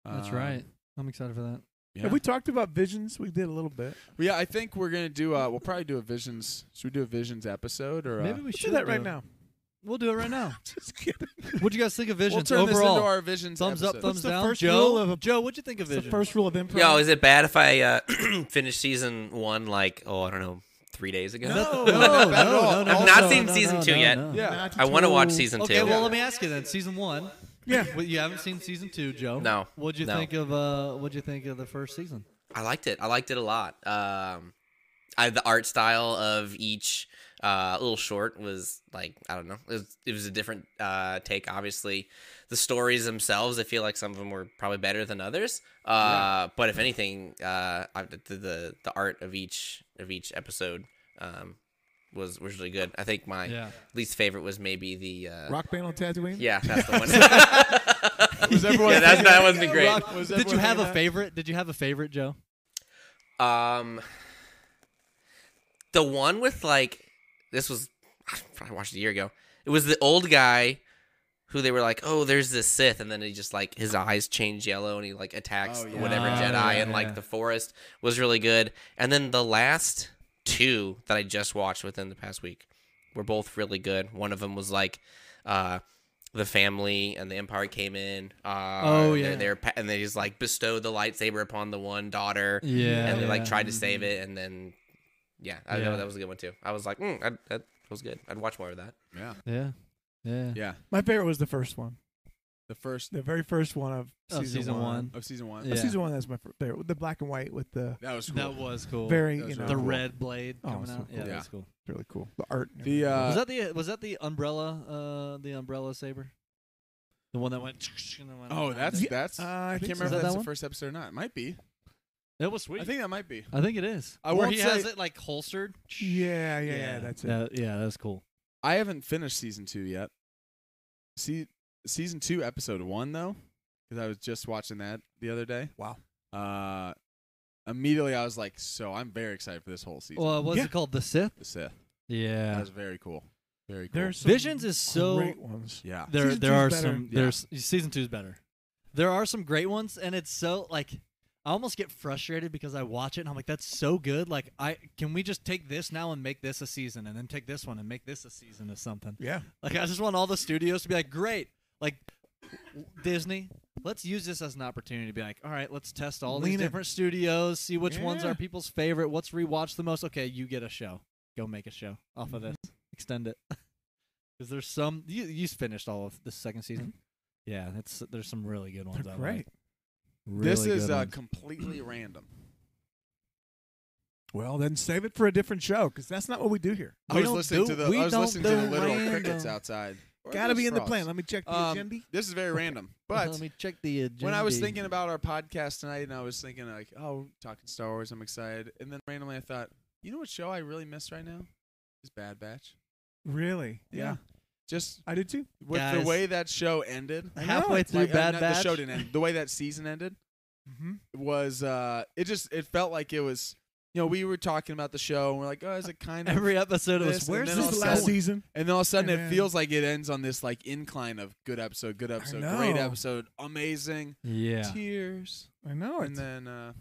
That's um, right. I'm excited for that. Yeah. Have we talked about visions? We did a little bit. Well, yeah, I think we're gonna do. Uh, we'll probably do a visions. Should we do a visions episode or? Uh, Maybe we Let's should do that right [laughs] it. now. We'll do it right now. Just kidding. What'd you guys think of Visions we'll turn overall? this into our visions. thumbs up, episode. thumbs What's the down. first Joe, rule of a- Joe, what'd you think of It's the Visions? first rule of Hmm. improv. Yo, is it bad if I uh, [clears throat] finish season one like oh I don't know three days ago? No, no, no, not bad at all. no, no, I've not no, seen no, season no, two no, yet. no. Yeah. [laughs] I want to watch season Okay, two. well, let me ask you then. Season one, Yeah. well, you haven't seen season two, Joe. No, What'd you no. think of? Uh, what'd you think of the first season? I liked it. I liked it a lot. Um, I the art style of each uh, little short was like I don't know. It was, it was a different uh, take. Obviously, the stories themselves. I feel like some of them were probably better than others. Uh, But if anything, uh, I, the, the the art of each of each episode um, was was really good. I think my Yeah. least favorite was maybe the uh, Rock band on Tatooine? Yeah, [laughs] that's the [laughs] one. Was everyone yeah, that's, that wasn't thinking- great. Rock- was Did you everyone have a thinking favorite? Did you have a favorite, Joe? Um, the one with like this was I probably watched it a year ago. It was the old guy who they were like, "Oh, there's this Sith," and then he just like his eyes change yellow and he like attacks Oh, yeah. whatever Oh, Jedi yeah, and like yeah. the forest was really good. And then the last two that I just watched within the past week were both really good. One of them was like, uh. The family and the empire came in. Uh, Oh, and they're- yeah. they're pa- and they just like bestowed the lightsaber upon the one daughter Yeah, and they like yeah. tried to save it, and then yeah, I Yeah. know that was a good one too. I was like, mm, I, that was good. I'd watch more of that. Yeah, Yeah, yeah. yeah. My favorite was the first one. The first The very first one of Of season, Oh, season one. of season one. Yeah. Of Season one, that's my fir- favorite. The black and white with the That was cool. That was cool. very, That you was know, the cool. red blade Oh, coming so cool. out. Yeah, that Yeah. was cool. It's really cool. The art. and The, everything. uh, was that the was that the umbrella uh the umbrella saber, the one that went? And then went oh, that's Yeah. that's. Uh, I think can't so. remember Is that if that's that the one? first episode or not. It might be. that was sweet. I think that might be. I think it is. I Where won't he has say- it like holstered. Yeah, yeah, yeah, that's it. Yeah, yeah, that's cool. I haven't finished season two yet. See, season two, episode one though, because I was just watching that the other day. Wow. Uh, immediately I was like, so I'm very excited for this whole season. Well, what's Yeah. it called? The Sith. the Sith. That Yeah. was very cool. Very cool. There's Visions is so- great ones. yeah. There, Season there two's are better. some. Yeah. There's season two's better. There are some great ones, and it's so like I almost get frustrated because I watch it and I'm like, that's so good. Like, I can we just take this now and make this a season, and then take this one and make this a season or something. Yeah. Like, I just want all the studios to be like, great, like Disney. Let's use this as an opportunity to be like, all right, let's test all these Lean in. different studios, see which ones Yeah. are people's favorite, what's rewatched the most. Okay, you get a show. Go make a show off of this. Extend it. [laughs] Because there's some you you finished all of the second season. Yeah, that's there's some really good ones. They're I like. great. Really this is [clears throat] good uh, ones. completely random. Well, then save it for a different show because that's not what we do here. I We was don't listening do- to the we I was don't listening to the do literal random. crickets outside. Or Got to those be in the frogs. plan. Let me check the Um, agenda. This is very random, but Let me check the agenda. when I was thinking about our podcast tonight, and I was thinking like, oh, talking Star Wars, I'm excited, and then randomly I thought, you know what show I really miss right now is Bad Batch. Really? Yeah. Just I do too. with Guys. the way that show ended, I know, halfway it's through like, uh, Bad not- Batch, the show [laughs] didn't end. The way that season ended Mm-hmm. was uh, it just it felt like it was. You know, we were talking about the show, and we're like, "Oh, is it kind of?" every episode it This was and where's then this all the of a last last sudden- season? And then all of a sudden, And it then- feels like it ends on this like incline of good episode, good episode, great know. episode, amazing, [laughs] Yeah. tears, I know. and It's, then uh,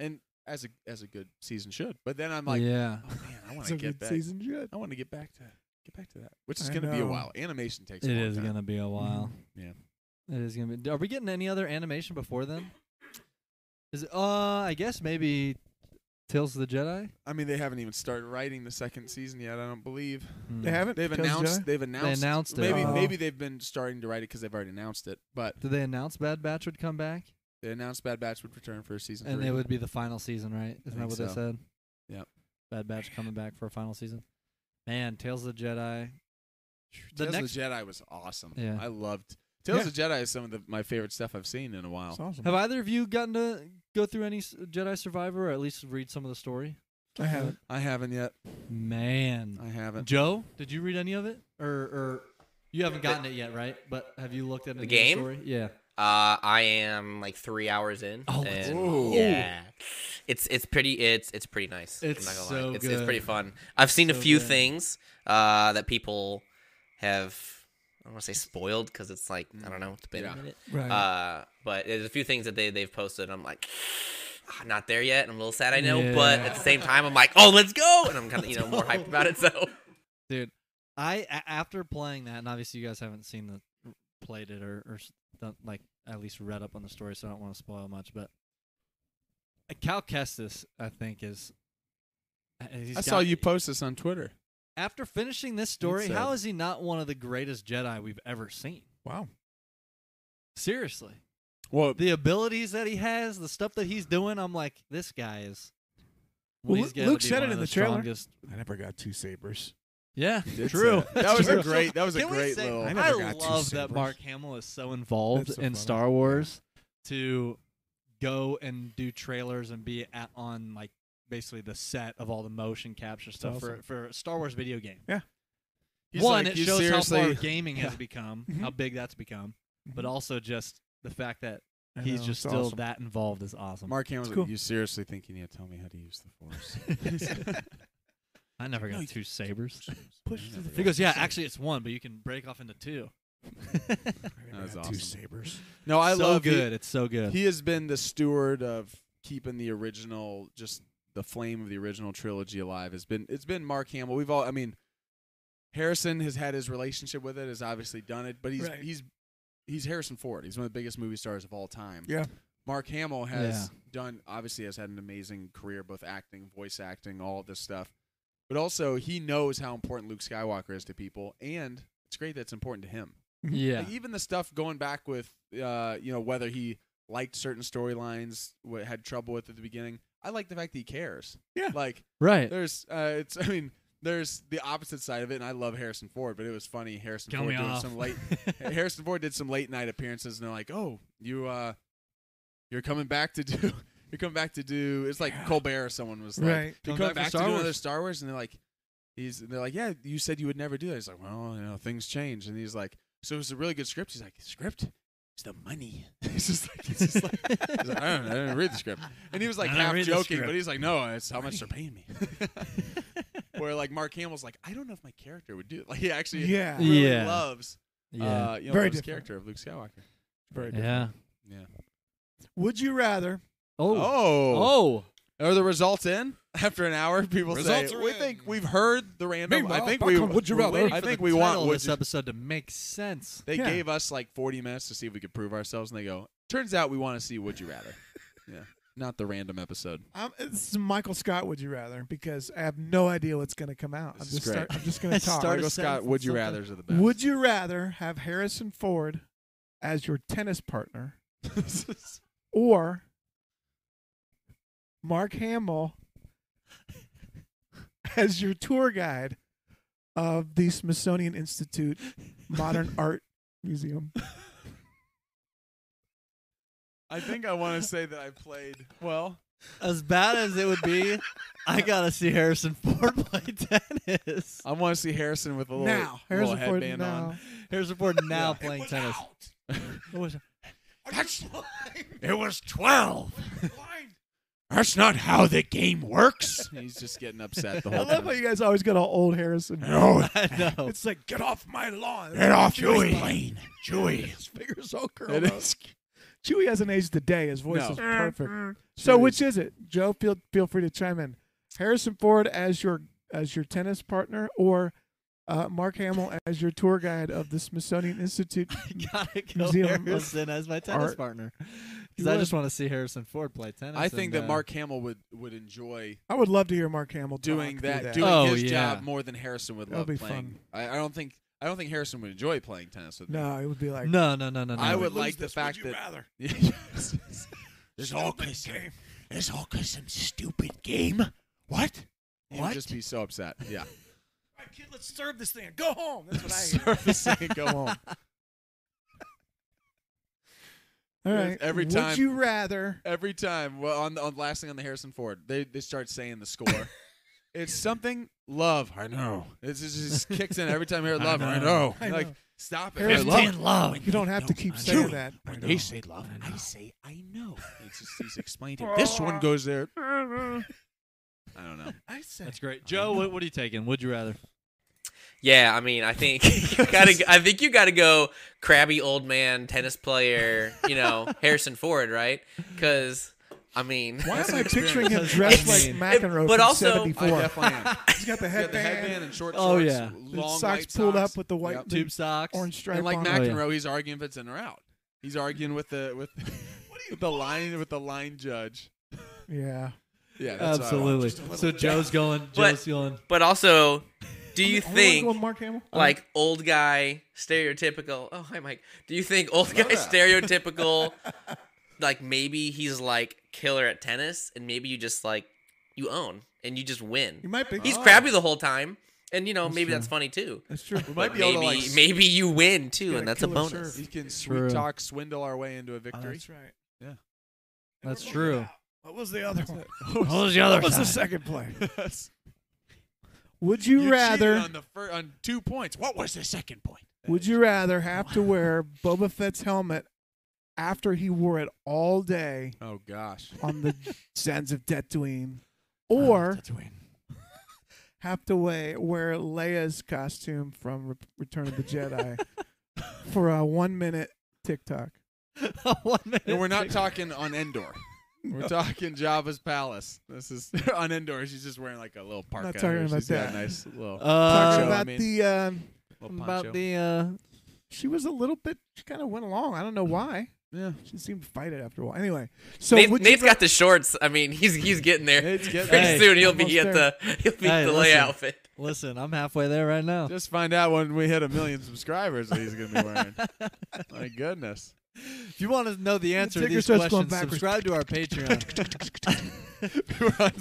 and as a as a good season should. But then I'm like, yeah. oh man, I want it's a to get good back. season yet. I want to get back to get back to that, which is I going to be a know. while. Animation takes a It long is time. Mm-hmm. gonna be a while. Yeah. It is gonna be. Are we getting any other animation before then? Is it, uh, I guess maybe Tales of the Jedi. I mean, they haven't even started writing the second season yet. I don't believe Hmm. They haven't. they've Tales of announced. Jedi? They've announced. announced it. uh, Maybe Oh. maybe they've been starting to write it because they've already announced it. But Did they announce Bad Batch would come back? they announced Bad Batch would return for season And three. it would be the final season, right? Isn't that think what they so. said? Yep. Bad Batch coming back for a final season. Man, Tales of the Jedi. The Tales next. of the Jedi was awesome. Yeah. I loved Tales of the Jedi is some of the, my favorite stuff I've seen in a while. It's awesome. Have either of you gotten to go through any s- Jedi Survivor or at least read some of the story? I [laughs] haven't. I haven't yet. Man. I haven't. Joe, did you read any of it, or or you haven't gotten it yet, right? But have you looked at any of game? Story? Yeah. Uh, I am like three hours in. Oh, it's- and Ooh. yeah, it's it's pretty it's it's pretty nice. It's I'm not gonna so lie. It's, it's pretty good. fun. I've seen a So few good. things uh, that people have. I don't want to say spoiled because it's like I don't know. It's been Yeah. a minute. Right. Uh, but there's a few things that they they've posted. I'm like, "Ah, not there yet. and I'm a little sad. I know, but Yeah. at the same time, I'm like, oh, let's go, and I'm kind of you know more hyped about it. So Dude, I a- after playing that, and obviously you guys haven't seen the played it or or s- done, like at least read up on the story, so I don't want to spoil much. But uh, Cal Kestis, I think, is. uh, he's I saw got- you post this on Twitter. after finishing this story. That's How sad. is he not one of the greatest Jedi we've ever seen? wow. Seriously, Well, the abilities that he has, the stuff that he's doing, I'm like, this guy is. Well, he's Lu- gotta Luke be said one it of in the trailer. strongest I never got two sabers. Yeah, It's, true. uh, that was a True. great- that was a Can we great say- little- I, I never got two love that sabers. Mark Hamill is so involved That's so in funny. Star Wars to go and do trailers and be at, on like basically the set of all the motion capture stuff awesome. for for a Star Wars video game. he's One, like, it you shows seriously. how far gaming has Yeah. become, Mhm. how big that's become, but Mhm. also just the fact that I he's know, just it's still awesome. that involved is awesome. Mark Hamill's It's like, cool. you seriously think you need to tell me how to use the force? I never No, got you- two sabers. [laughs] Push I to the never He got goes, two yeah, sabers." actually it's one, but you can break off into two. [laughs] I That never was got awesome. two sabers. [laughs] No, I so love he- good. it's so good. He has been the steward of keeping the original, just the flame of the original trilogy alive. Has been it's been Mark Hamill. We've all, I mean, Harrison has had his relationship with it, has obviously done it, but he's Right. he's he's Harrison Ford. He's one of the biggest movie stars of all time. Yeah. Mark Hamill has done obviously has had an amazing career, both acting, voice acting, all of this stuff. But also, he knows how important Luke Skywalker is to people, and it's great that it's important to him. yeah. Like, even the stuff going back with, uh, you know, whether he liked certain storylines, what had trouble with at the beginning. I like the fact that he cares. Yeah. Like Right. there's, uh, it's. [laughs] I mean, there's the opposite side of it, and I love Harrison Ford, but it was funny Harrison Kill Ford me doing off. [laughs] some late. Harrison Ford did some late night appearances, and they're like, "Oh, you, uh, you're coming back to do." [laughs] You're coming back to do. It's like Yeah. Colbert or someone was like, Right. "You're coming Coming back for back, to Star do Wars." another Star Wars," and they're like, "He's." They're like, "Yeah, you said you would never do that." He's like, "Well, you know, things change," and he's like, "So it's a really good script." He's like, "Script? It's the money." [laughs] it's just like, it's just like, he's like, I don't know, I didn't read the script, and he was like I didn't half read the joking, script. but he's like, "No, it's how much they're paying me." [laughs] Where like Mark Hamill's like, "I don't know if my character would do it." Like he actually Yeah. really Yeah. loves yeah. uh, you know, Very loves different. character of Luke Skywalker. Very different. yeah. Yeah. Would you rather? Oh. Oh. Oh. Are the results in? [laughs] After an hour, people Results say are we in." think we've heard the random. I Meanwhile, think back we. on Would You we're Rather. waiting I I for think the we title want. of Would this you- episode to make sense. They Yeah. gave us like 40 minutes to see if we could prove ourselves, and they go. Turns out we want to see Would You Rather. yeah. Not the random episode. I'm, it's um, Michael Scott. Would you rather? Because I have no idea what's going to come out. This I'm is just, great. Start, I'm just going to talk. Start a Michael sentence Scott. with Would You something. Rather's are the best. Would you rather have Harrison Ford as your tennis partner or Mark Hamill [laughs] as your tour guide of the Smithsonian Institute Modern Art Museum. I think I want to say that I played well. [laughs] As bad as it would be, [laughs] I gotta see Harrison Ford [laughs] play tennis. [laughs] I want to see Harrison with a little, now, little Harrison Ford headband now. on. Harrison Ford now playing tennis. What was it? That's, it was 12. That's not how the game works. He's just [laughs] getting upset the I whole love how time. you guys always got all old Harrison. No, I know. It's like Oh, get off my lawn. lane. Chewy. [laughs] His fingers all It curled up. is. Chewy hasn't aged a day. His voice No. is perfect. So which is it, Joe? Feel feel free to chime in. Harrison Ford as your as your tennis partner, or uh, Mark Hamill as your tour guide of the Smithsonian [laughs] Institute. [laughs] gotta go Museum of Harrison as my tennis Art. partner You because I would. just want to see Harrison Ford play tennis. I think and, that uh, Mark Hamill would, would enjoy I would love to hear Mark Hamill talk doing through that, that. doing Oh, his yeah. job more than Harrison would That'll love be playing. fun. I, I don't think I don't think Harrison would enjoy playing tennis with me. [laughs] no, it would be like No, no, no, no, no. I we would lose like the this, fact would you that- rather? There's all cause some, there's all cause some stupid game. What? He would What? just be so upset. [laughs] Yeah. All right, kid, let's serve this thing. Go home. That's what [laughs] I hear. Service and go home. All right. Every would time- you rather? [laughs] Every time. Well, on, on last thing on the Harrison Ford, they they start saying [laughs] the score. it's something love. I know. It just, it just kicks in every time I hear love. I know. I [laughs] Like know. stop it. Harrison- I love. love. You don't have to keep saying that. When they say love, I, say I know. It's just he's explained it. This one [laughs] goes there. I don't know. I said That's great, Joe. What, what are you taking? Would [laughs] you rather? Yeah, I mean, I think [laughs] you gotta. I think you gotta go crabby old man tennis player. You know, Harrison Ford, right? Because I mean, [laughs] Why That's am I an picturing him experience. dressed like It's- McEnroe but from also- I '74? [laughs] definitely am. He's got the He had the headband. headband and short Oh, shorts. yeah. Long socks white pulled socks. up with the white Yep. Tube socks. orange stripe And like on. Mac- it. yeah. McEnroe, he's arguing if it's in or out. He's arguing with the with [laughs] with the line with the line judge. Yeah. Yeah, that's what I want. Absolutely. So Joe's going. But- Joe's going. but also, do you I'm think going Mark Hamill? like old guy stereotypical. Oh, hi Mike. Do you think old guy stereotypical like maybe he's like killer at tennis and maybe you just like you own and you just You win. might be. He's crabby the whole time and you know maybe that's funny too. That's true. [laughs] We But might be maybe able to like s- maybe you win too Yeah, and that's a killer bonus. serve. we can True. sweet talk swindle our way into a victory. That's right. Yeah. That's What was true. that? What was the other one? What was the other What was the time? second play? Yes. Would you, cheated rather? on the fir- on two points. What was the second point? Would you rather have to wear Boba Fett's helmet after he wore it all day Oh [laughs] gosh. on [laughs] the sands of Tatooine, or have to wear, wear Leia's costume from Re- Return of the [laughs] Jedi for a one-minute TikTok? [laughs] One minute. And we're not talking on Endor. We're talking Java's palace. This is [laughs] on Endor. She's just wearing like a little parka. talking or about she's got that. a nice little, [laughs] Talking Joe, I Uh, about mean. the. Um, little poncho. about the uh, she was a little bit. She kind of went along. I don't know why. yeah. She seemed to fight it after a while. Anyway, so Nate, would you Nate's ra- got the shorts. I mean, he's he's getting there. Nate's getting [laughs] Pretty there. soon he'll be Almost at the he'll be Hey, at the lay listen. outfit. listen, I'm halfway there right now. Just find out when we hit a million subscribers what he's gonna be wearing. [laughs] My goodness. If you want to know the answer to ticker these starts going questions, backwards. subscribe [laughs] to our Patreon.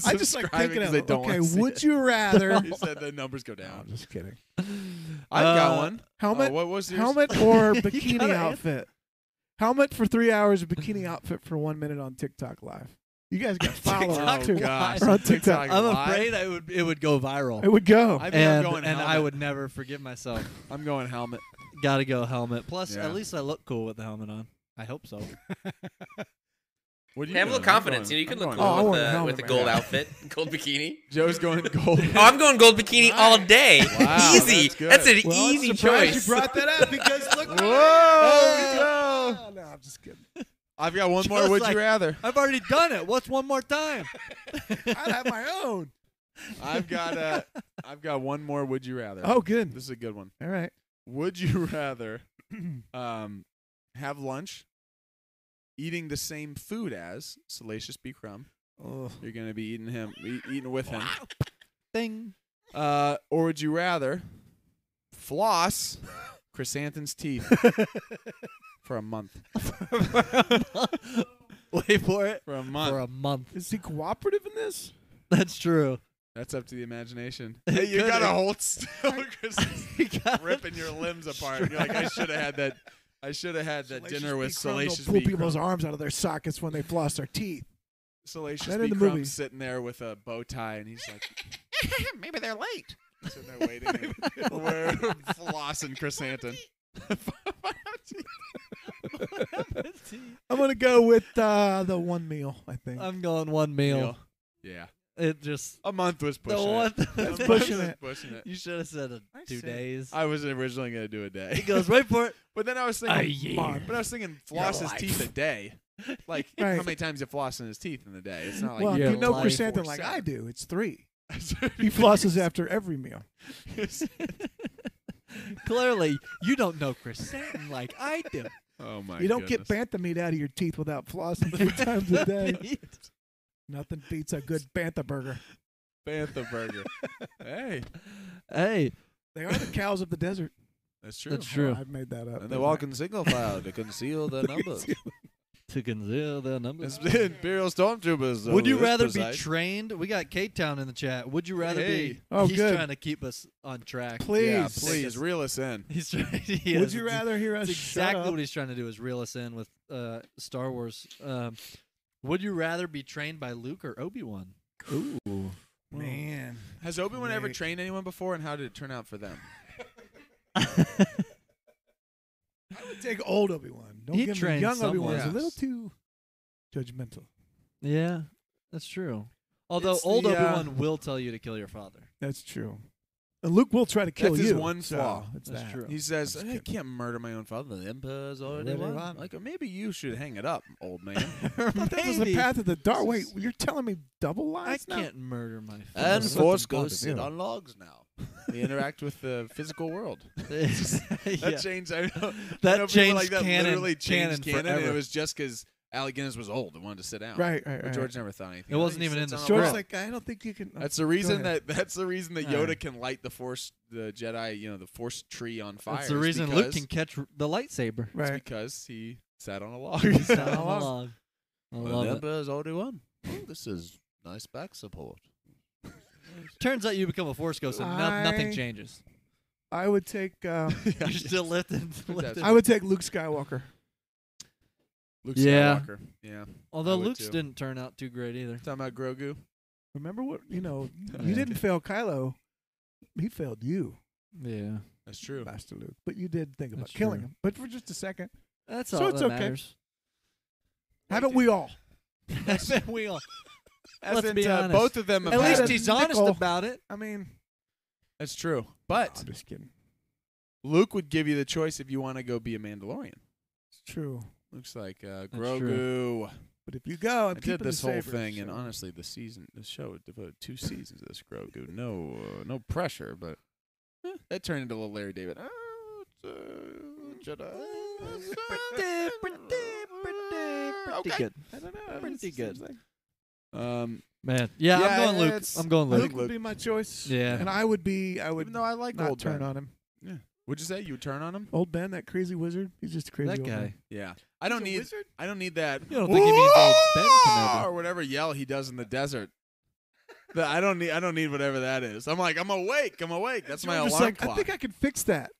I just like thinking of. they don't okay, Oh. wanna see [laughs] would you rather? [laughs] it. He said the numbers go I'm down. just kidding. I've Uh, got one. Helmet, Oh, what was yours? [laughs] helmet or You bikini gotta outfit? Helmet for three hours, bikini outfit for one minute on TikTok Live. You guys [laughs] got follow up TikTok too. Oh [laughs] gosh, Or on on TikTok. TikTok I'm Live. afraid I would it would go viral. It would go. I think and I'm going and helmet. I would never forgive myself. I'm going helmet. Gotta go helmet. Plus, Yeah. at least I look cool with the helmet on. I hope so. What do you Have a doing? little confidence. I'm You know, you can I'm look going Oh, I cool want with a the helmet, with the man. gold outfit, [laughs] gold bikini. Joe's going gold. Oh, I'm going gold bikini all day. Wow, [laughs] easy. that's good. That's, an Well, I'm easy surprised choice. You [laughs] brought that up because look. Whoa! Oh, no, I'm just kidding. I've got one more. Joe's Would like- you rather? I've already done it. What's one more time? I have my own. I've got uh, I've got one more. Would you [laughs] rather? Oh, good. this is a good one. All right. Would you [laughs] rather um, have lunch eating the same food as Salacious B. Crumb? You're going to be eating him, e- eating with him. Thing. Uh, or would you rather floss Chrysanthemum's [laughs] teeth for a month? Wait for it. For a For month. a month. [laughs] Is he cooperative in this? That's true. [laughs] That's up to the imagination. It Hey, you could- gotta it- hold still. Chris is You got it. ripping your limbs apart. You're like, I should have had that. I should have had that dinner with Salacious Pull B. people's Crumb. arms out of their sockets when they floss their teeth. Salacious That in B. the Crumb movie. sitting there with a bow tie, and he's like [laughs] Maybe they're late. sitting there waiting. [laughs] [laughs] We're flossing Chris Hanton. I'm gonna go with uh, the one meal. I think. Um, [laughs] I'm going one meal. Yeah, It just a month was the pushing one. [laughs] it. A month pushing was it. Pushing it. You should have said a, I two said- days. I was originally gonna do a he day, goes right for it. [laughs] but then I was [laughs] A thinking, year. month. but I was [laughs] thinking floss his life. teeth a day. Like Right. how many times you flossing his teeth in a day? It's not like well, you if you go know like Chris Hansen 24/7. like I do, it's [laughs] three. He He flosses after every meal. Clearly, you don't know Chris Stanton like I do. oh my! you don't get goodness. banta meat out of your teeth without flossing three [laughs] times a day. Nothing beats a good banta burger. Bantha [laughs] burger. hey, [laughs] hey, They are the cows of the desert. Oh, that's true. That's [laughs] true. I made that up. And they walk in single file to conceal [laughs] their numbers. to conceal their It's numbers. the Imperial Stormtroopers. though, Would you this rather be precise. trained? We got Cape Town in the chat. Would you rather Hey. be? Oh, he's good. trying to keep us on [laughs] track. Please, Yeah, please reel us in. He's trying. [laughs] he Would is. you rather hear us [laughs] That's shut exactly up? what he's trying to do is reel us in with uh, Star Wars. Um, would you rather be trained by Luke or Obi Wan? Ooh. Man, Has Obi Wan ever Great. trained anyone before, and how did it turn out for them? take old Obi Wan. Don't He give him trained young Obi Wan. someone. He's a little Yes. too judgmental. Yeah, that's true. Although It's old the, Obi uh, Wan will tell you to kill your father. That's true. And Luke will try to kill That's you. his one so flaw. it's That's that. true. He says, just "I kidding. can't murder my own father. The [laughs] Emperor's already Already won." won. [laughs] Like, maybe you should hang it up, old man. [laughs] [laughs] That was the path of the dark. Wait, you're telling me double I lies? now? can't murder my and [laughs] father. [laughs] That's what Force the bug goes is, sit yeah. on logs now. They interact with the physical [laughs] world. That Yeah. changed. I know, I That know people changed like that canon- literally changed canon canon. and it forever. was just because Alec Guinness was old and wanted to sit down. Right, right, But right. George never thought anything. It of wasn't He even in sits the on a script. George's log. like, I don't think you can. That's the reason ahead. that that's the reason that All Yoda right. can light the force the Jedi you know the force tree on fire. That's the is reason because, Luke can catch r- the lightsaber. it's right. because he sat on a log. He sat on I [laughs] the love it. log. I love it. has already won. Oh, this is nice back [laughs] support. Turns out you become a force ghost and no- nothing I- changes. I would take. Uh, [laughs] You're still [laughs] lifting. lifting. I would take Luke Skywalker. [laughs] Luke Yeah. Skywalker. Yeah. I Although would Luke's too. didn't turn out too great either. Talking about Grogu. Remember what you [laughs] know? Yeah. You didn't fail Kylo. He failed you, Yeah. That's true. Master Luke. But you did think about That's killing true. him. But for just a second, That's So all it's that okay. matters. [laughs] haven't we all? we all. As Let's in, be uh, honest. both of them. Have At least had- he- he's honest nickel. about it. I mean, that's true. no, But I'm just kidding. Luke would give you the choice if you want to go be a Mandalorian. It's true. Looks like uh, true. Grogu. But if you go, I'm I did keeping this the whole saber, thing, and so- honestly, the season, the show devoted two seasons to this Grogu. No, uh, no pressure, but eh, that turned into a little Larry David. Oh, it's, uh, Jedi. Pretty, pretty, pretty, pretty Okay. good. I don't know. Pretty it seems good. like- Um, Man. Yeah, Yeah, I'm going Luke. it's- I'm going Luke, Luke. would Luke- be my choice. Yeah. And I would be. I even would though I like not old turn Ben, on him. would you say you would turn on him? Old Ben, that crazy wizard. He's just a crazy. That old guy. man. Yeah, I don't need, Wizard? I don't need that. You don't think he needs old Ben Kenobi. or whatever yell he does in the desert. The- I don't need, I don't need whatever that is. I'm like, I'm awake, I'm awake. That's my I'm alarm just like, clock. I think I can fix that.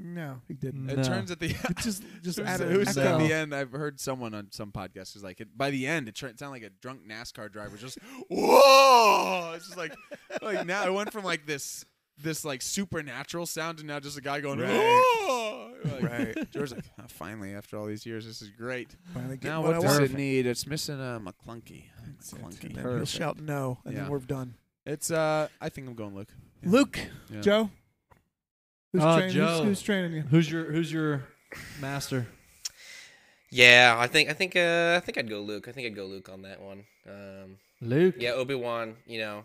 No, he didn't. it No. turns at the It just just [laughs] Who added said- an who said echo. at the end? I've heard someone on some podcast who's like, it, by the end, it, tr- it sounded like a drunk NASCAR driver just, whoa! It's just like, [laughs] like now it went from like this, this like supernatural sound to now just a guy going, Right. whoa! Like, [laughs] Right. George's like, "Ah, finally, after all these years, this is great. Finally get Now what, what, I does want. it need? It's missing a McClunky. That's it. McClunky. And then he'll shout no, and Yeah. then we're done. It's uh, I think I'm going Luke. Yeah. Luke, Yeah. Joe, who's, Uh, training, who's- Joe. Who's, training you? Who's your Who's your master? Yeah, I think I think uh, I think I'd go Luke. I think I'd go Luke on that one. Um, Luke. yeah, Obi Wan, you know,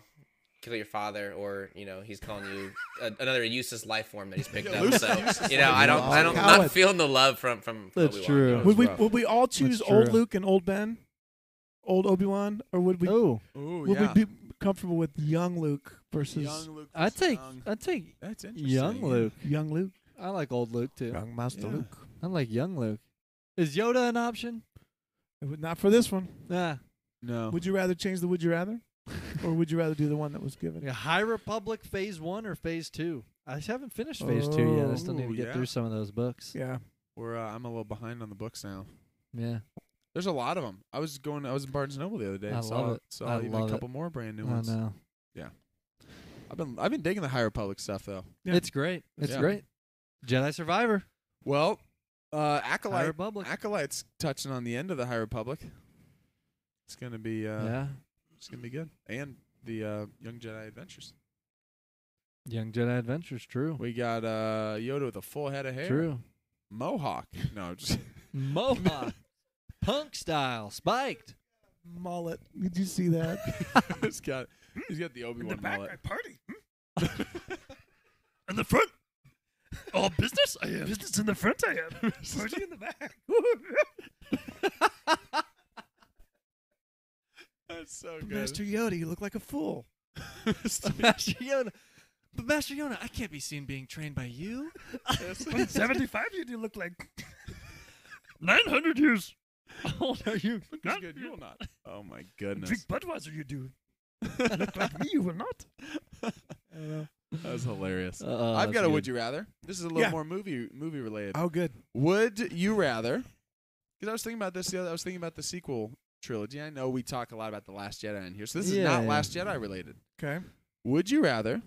kill your father, or you know, he's calling you a, another useless life form that he's picked Yeah, up. loose- So useless you know, life I don't, form. I don't, Coward. not feeling the love from from. from That's Obi-Wan. true. Would we rough. would we all choose That's old true. Luke and old Ben, old Obi Wan, or would we Oh, Ooh, would yeah. we be comfortable with young Luke versus young Luke. I take young. I take That's interesting. young yeah. Luke. young Luke, I like old Luke too. young Master Yeah. Luke? I like young Luke. Is Yoda an option? It would- Not for this one. Nah. No. [laughs] Would you rather change the Would you rather? or would you rather do the one that was given? Yeah, High Republic Phase One or Phase Two? I just haven't finished Phase Two yet. I still need Ooh, to get yeah. through some of those books. Yeah. We're uh, I'm a little behind on the books now. Yeah, There's a lot of them. I was going. I was in Barnes Noble the other day. I saw, love it. Saw I even love a it. couple more brand new I ones. know. I've been I've been digging the High Republic stuff though. Yeah. It's great. It's Yeah. great. Jedi Survivor, Well, uh, High acolyte Republic. acolyte's touching on the end of the High Republic. It's gonna be uh, yeah, it's gonna be good. And the uh, Young Jedi Adventures. Young Jedi Adventures. True. We got uh, Yoda with a full head of hair. True. [laughs] Mohawk. No, just Mohawk, punk style, [laughs] spiked. Mullet. Did you see that? [laughs] [laughs] he's got he's got the Obi Wan mullet. party. In the front. All business I am. Business in the front I am. Party in the back. That's so Master Yoda, you look like a fool. Master Yoda. But Master Yoda, I can't be seen being trained by you. 75 you do look like. 900 years. How old are you? Not good. You will not. Oh my goodness, [laughs] Drink Budweiser [laughs] you do. look like me you will not. that was hilarious. Uh, I've got a would you rather. This is a little Yeah. more movie movie related. Oh, good. Would you rather? Because I was thinking about this. The other, I was thinking about the sequel trilogy. I know we talk a lot about the Last Jedi in here, so this is Yeah, not yeah. Last Jedi related. Okay. Would you rather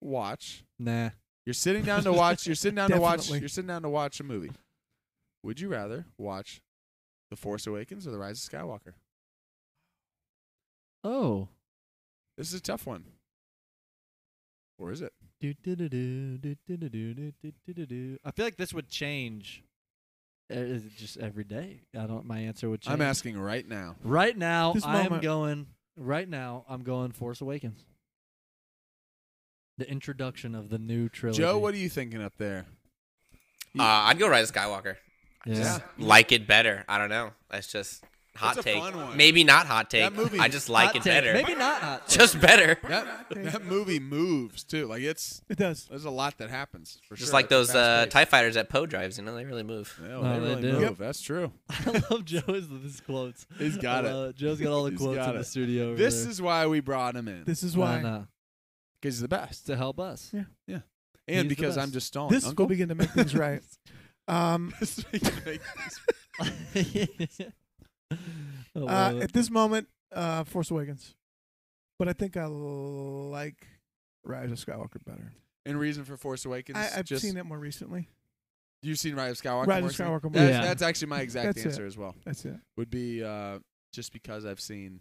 watch? Nah. You're sitting down to watch. You're sitting down to watch. Definitely. You're sitting down to watch a movie. Would you rather watch The Force Awakens or The Rise of Skywalker? Oh. This is a tough one. Or is it? Do, do, do, do, do, do, do, do, do, do, do, do, do. I feel like this would change uh, is it just every day. I don't. My answer would change. I'm asking right now. Right now, This I am moment. going. Right now, I'm going Force Awakens. The introduction of the new trilogy. Joe, what are you thinking up there? Uh, I'd go Rise of Skywalker. yeah. Just like it better. I don't know. That's just hot That's a take. fun one. Maybe not hot take. That movie- I just like Hot it take. better. Maybe not [laughs] hot. take. [laughs] Just better. That, that movie moves too. Like it's It does. there's a lot that happens. For Just sure. like It's a those uh, fast-paced- TIE fighters at Poe drives, you know, they really move. Yeah, well, No, they they really do. move. Yep. That's true. I love Joe's with his quotes. He's got I it. love Joe's got all the He's quotes got in it. the studio. Over This there. is why we brought him in because This is No, why. no, he's the best, to help [laughs] us. Yeah. and He's the because best. I'm just stalling. This Uncle, will begin to make things right. Um, This [laughs] we can make this- Oh, I uh, love it. at this moment, uh, Force Awakens. But I think I like Rise of Skywalker better. and reason for Force Awakens. I, I've just, seen it more recently. You've seen Rise of Skywalker. Rise more of than- Skywalker. That's, Yeah. that's actually my exact That's it. answer as well. That's it. Would be uh, just because I've seen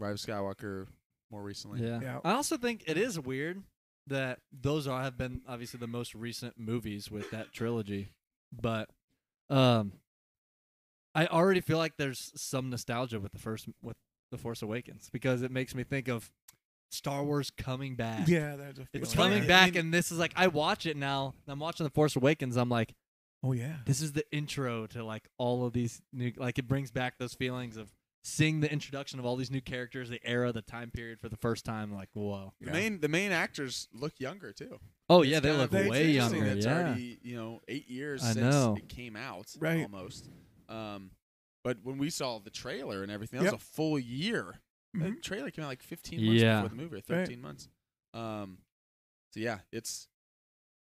Rise of Skywalker more recently. yeah. Yeah. I also think it is weird that those are have been obviously the most recent movies with that trilogy, but um, I already feel like there's some nostalgia with the first with the Force Awakens because it makes me think of Star Wars coming back. Yeah, there's a It's feeling. coming back, and this is like I watch it now. And I'm watching The Force Awakens. I'm like, Oh yeah. this is the intro to like all of these new like it brings back those feelings of seeing the introduction of all these new characters the era the time period for the first time like whoa The main the main actors look younger too. oh yeah they Kinda look crazy. way Interesting younger that It's yeah already you know eight years I since know. it came out, Right. Almost. Um, but when we saw the trailer and everything, that Yep. was a full year. The Mhm. trailer came out like 15 months Yeah. before the movie, or 13 months. Um, so yeah, it's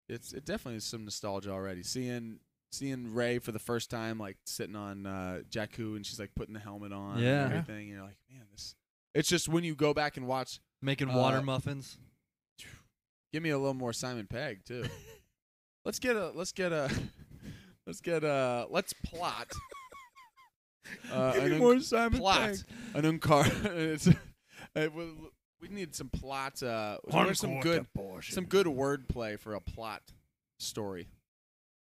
it's it definitely is some nostalgia already. Seeing seeing Ray for the first time, like sitting on uh, Jakku, and she's like putting the helmet on, Yeah. and everything. And you're like, man, this. It's just when you go back and watch. making Uh, water [laughs] muffins Give me a little more Simon Pegg [laughs] too. let's get a let's get a [laughs] let's get a let's [laughs] plot. Uh, Give an me un- more Simon plot. Pegg. An uncar. [laughs] it's, uh, we- we need some plot. Uh, where's some good some good wordplay for a plot story,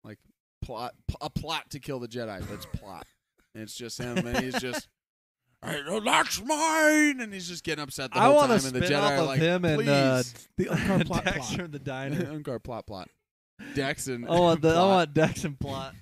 like plot pl- a plot to kill the Jedi. That's plot. and it's just him, and he's just. Hey, that's mine, and he's just getting upset the i whole want time. to And the spin Jedi off are of like, him please. and uh The [laughs] Uncar plot Dax plot. from [laughs] the diner Ungar plot plot. Dex and i want the i plot. want dex and plot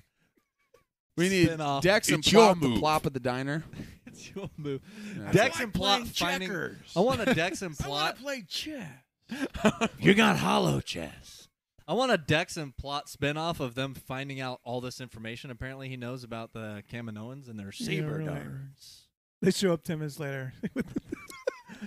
we need spin-off. Dex and It's your plop the move. plop at the diner. [laughs] it's your move Yeah. dex and plot finding i want a [laughs] dex and I want plot to play chess. You got hollow chest. I want a Dex and plot spinoff of them finding out all this information. Apparently, he knows about the Kaminoans and their saber really. darts. [laughs] They show up ten minutes later.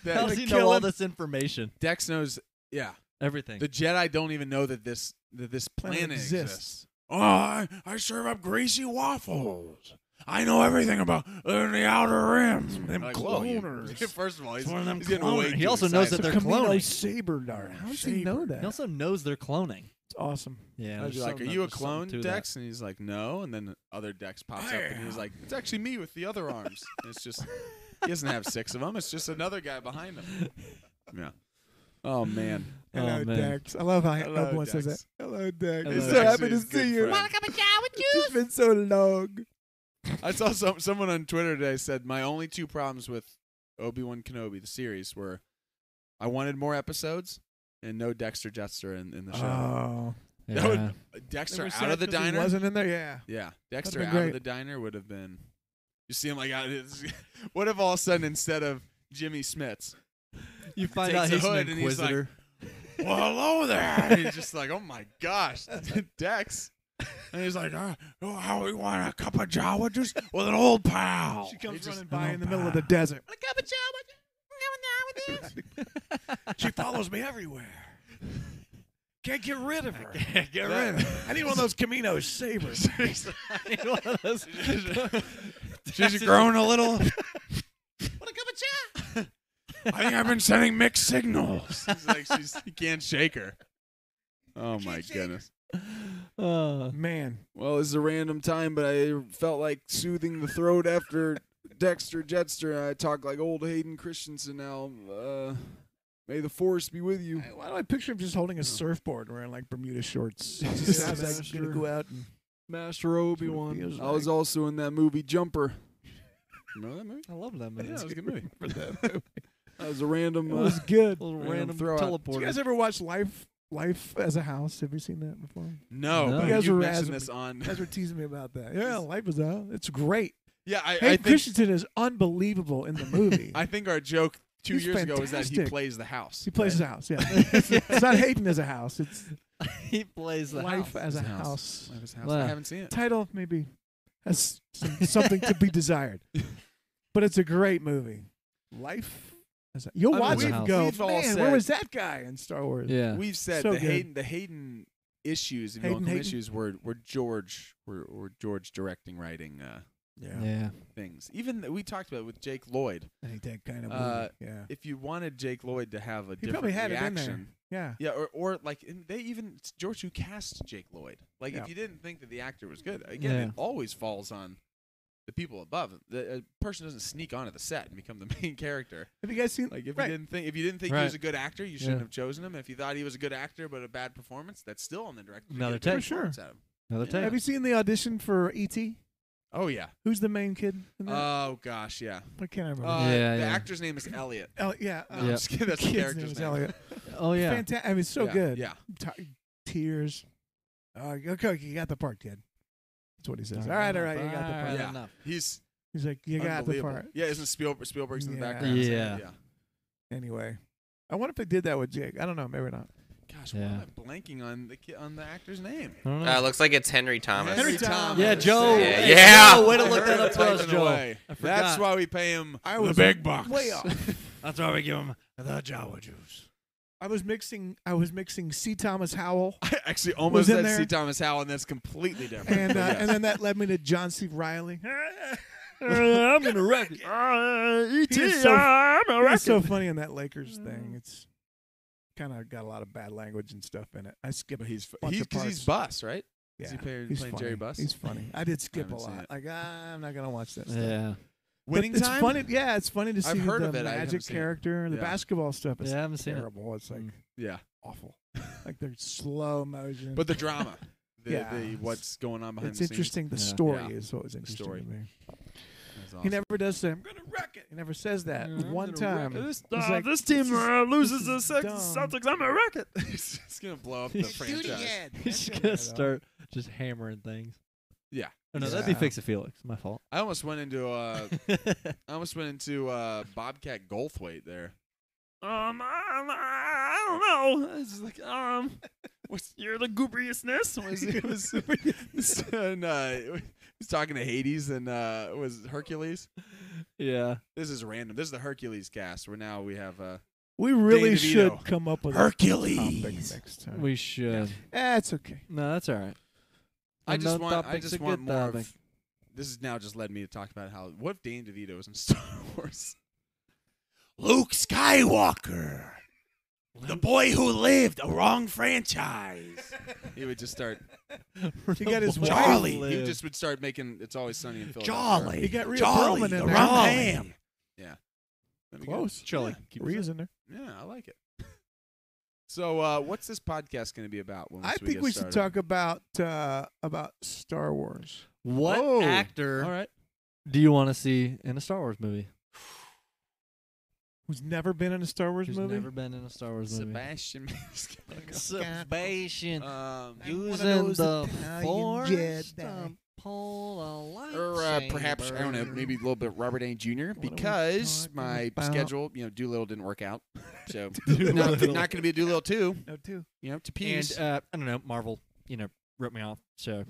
That- How does like, he know kill all him. this information? Dex knows. Yeah, Everything. the Jedi don't even know that this that this planet, Planet exists. exists. Oh, I, I serve up greasy waffles. I know everything about uh, the Outer Rim. Them cloners. [laughs] First of all, he's, It's one of them he's getting way cloners. He too also knows excited. that they're Camino cloning. Saber Dart. How does he Saber. know that? he also knows they're cloning. It's awesome. Yeah. I was there's like, "Are something- you a there's something clone, to that. Dex?" And he's like, "No." And then other Dex pops up, and he's like, "It's actually me with the [laughs] other arms." And it's just he doesn't have six of them. It's just another guy behind [laughs] him. Yeah. Oh man, Hello, Oh, man. Dex. I love how Hello, everyone says that. Dex. Hello, Dex. Hello, so Dex. happy to He's a good see you. friend. [laughs] It's been so long. I saw some someone on Twitter today said my only two problems with Obi Wan Kenobi the series were I wanted more episodes and no Dexter Jester in, in the show. Oh, That would- [laughs] Yeah. Dexter Remember out Seth of the 'cause he diner. wasn't in there. Yeah. Yeah, Dexter out been of great. the diner would have been. You see him like out. Of his, [laughs] what if all of a sudden instead of Jimmy Smits, [laughs] You find takes out the he's hood an and he's like- inquisitor. well hello there, and he's just like oh my gosh, [laughs] Dex, and he's like uh, oh, how we want a cup of Jawa juice with an old pal. She He comes just- running by in the middle of the desert. [laughs] She follows me everywhere. Can't get rid of her. Get rid of I need one of those [laughs] Camino sabers. She's grown a little. I think I've been sending mixed signals. It's like she's, you can't shake her. Oh my goodness. [laughs] Uh, Man, Well, it's a random time, but I felt like soothing the throat after Dexter Jetster. I talk like old Hayden Christensen now. Uh, may the force be with you. I- why do I picture him just holding a surfboard wearing like Bermuda shorts? He [laughs] Yeah, just sounds like that's he's gonna true. go out and Master Obi Wan. feels I was like. also in that movie [laughs] Jumper. Remember that movie? I love that movie. Yeah, it was a [laughs] good movie. That was a random. It Uh, was good. little Random random throw out. Did you teleporter. guys ever watch Life Life as a House? Have you seen that before? [laughs] no, No. but You guys you were mentioned razzing this me. on. You guys were teasing me about that. Yeah, Life is a House. It's great. [laughs] Yeah, I, I Hayden think Christensen is unbelievable [laughs] in the movie. I think our joke two He's years ago was that he fantastic. plays the house. he plays his house. [laughs] Yeah, it's not Hayden as a house. It's [laughs] he plays the Life house. as a His house. house. Plays his house. I Wow. haven't seen it. Title maybe has some- something to [laughs] be desired, but it's a great movie. Life. as a- You'll I mean, watch it we've- and go, we've all man, said- where was that guy in Star Wars? Yeah. We've said So the good. Hayden the Hayden issues, if you Hayden, want to call them Hayden. issues, were were George were, were George directing writing uh, Yeah. things. Even th- we talked about it with Jake Lloyd. I think that kind of movie. Uh, yeah. If you wanted Jake Lloyd to have a He different probably had it in reaction, there. Yeah. yeah, or or like and they even it's George who cast Jake Lloyd. Like Yeah. if you didn't think that the actor was good, again, it Yeah. always falls on the people above. The a person doesn't sneak onto the set and become the [laughs] main character. Have you guys seen Like if Right. you didn't think if you didn't think he was Right. a good actor, you shouldn't Yeah. have chosen him. If you thought he was a good actor but a bad performance, that's still on the director. to get Another a good take. For sure. performance out of him. Another Yeah. take. Have you seen the audition for E.T.? Oh yeah. Who's the main kid? In that? Oh gosh, yeah. I can't remember. Uh, Yeah, the yeah. actor's name is Elliot. oh yeah, No, uh, I'm [laughs] Yeah. just kidding. That's the kid's character's name is name. Elliot. Oh yeah. Fanta- I mean, it's so [laughs] Yeah, good. Yeah. T- tears. Oh, okay, you got the part, kid. That's what he says. All All right, right, all right, you got the all part. right. Yeah. enough. He's He's like, you got the unbelievable. part. Yeah, isn't Spielberg Spielberg's in the Yeah. background? saying Yeah. it? Yeah. Anyway, I wonder if they did that with Jake. I don't know. Maybe not. Gosh, why am Yeah. I blanking on the ki- on the actor's name? I don't know. Uh, looks like it's Henry Thomas. Henry Thomas. yeah, Joe. Yeah, Hey, yeah. Joe, way to I look heard that it up for us, typing Joe. away. I forgot. That's why we pay him I [laughs] the was big bucks. Way off. That's why we give him the Jawa juice. [laughs] I was mixing. I was mixing C. Thomas [laughs] Howell, I actually almost in said there. C. Thomas Howell, and that's completely different. and uh, but yes. and then that led me to John C. Riley. I'm [laughs] gonna wreck it. He is so, he's so funny in that Lakers thing. It's kind of got a lot of bad language and stuff in it. I skip. but he's bunch he's of because he's Bus, right? Is he playing, He's playing funny. Jerry Bus? He's funny. I did skip a haven't seen lot. it. Like I'm not gonna watch that. Stuff. Yeah. But Winning it's time. Funny, yeah, it's funny to see I've heard the of it. I haven't magic seen it. character, the Yeah. basketball stuff. It's Yeah, I haven't seen it. terrible. It's like Mm. Yeah, awful. [laughs] like they're slow motion. [laughs] but the drama, the, Yeah. the what's going on behind it's the scenes. interesting. The Yeah. story Yeah. is what was interesting story. to me. That's He awesome. never does say, "I'm gonna wreck [laughs] it." He never says that one time. This, It's uh, like, this team this is- uh, loses this is the second dumb. Celtics. I'm a rocket. He's just gonna blow up the He's franchise. He's just gonna start just hammering things. Yeah. Oh, no, that'd be Yeah. Fix It Felix. My [laughs] fault. I almost went into uh, I almost went into uh, Bobcat Goldthwait there. Um, I'm, I don't know. I was just like, um, [laughs] what's your lugubriousness? Was it [laughs] was, [laughs] and, uh, he was talking to Hades and uh, was it Hercules. Yeah. This is random. This is the Hercules cast. Where now we have uh, We really Danny should DeVito. come up with a topic Hercules. next time. We should. Eh, it's okay. No, that's all right. I And just no want. I topic's a just want good more. topic. Of, this has now just led me to talk about how what if Danny DeVito was in [laughs] Star Wars? Luke Skywalker, the boy who lived a wrong franchise. he would just start. He got his wife. Charlie. He just would start making "It's Always Sunny in Philadelphia." Jolly. He got Rhea Jolly, Perlman in the there. wrong Jolly. ham. That'd be good. Close. Charlie. Yeah, keep it Rhea's in there. simple. Yeah, I like it. [laughs] so, uh, what's this podcast going to be about? When I once think get we should started? talk about uh, about Star Wars. What Whoa. actor All right. do you want to see in a Star Wars movie? Who's never been in a Star Wars Who's movie? never been in a Star Wars [laughs] movie? [laughs] Sebastian Maniscalco. Sebastian. Um, I'm one of using those the Italian force Jedi. to pull a lightsaber. or uh, perhaps I don't [laughs] know, maybe a little bit Robert Downey Jr. we because talking my about? schedule, you know, Doolittle didn't work out, [laughs] so not, not going to be a Doolittle two. No, too. You know, to And peace uh, I don't know. Marvel, you know, ripped me off. So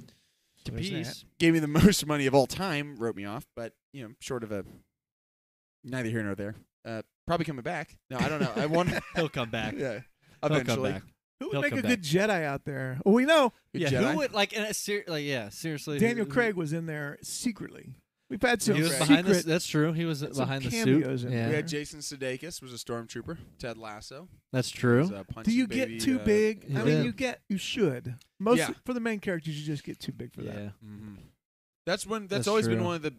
to there's that. peace. gave me the [laughs] most money of all time, wrote me off, but you know, short of a neither here nor there. Uh, probably coming back. No, I don't know. I [laughs] want [laughs] He'll come back. yeah, He'll come eventually. back. Who He'll would make come a good Jedi out there? Well, we know Good yeah, Jedi. who would like? In a ser- like, yeah, seriously. who- Daniel who- Craig was in there secretly. We've had He some was secret. behind this. That's true. He was behind the suit. cameos in Yeah, we there. had Jason Sudeikis was a stormtrooper. Ted Lasso. that's Was true. a Do punching you baby, get too uh, big? You I mean, did. you get you should. Most Yeah. for the main characters, you just get too big for that. Yeah. mhm. That's when. That's, That's always been true. one of the.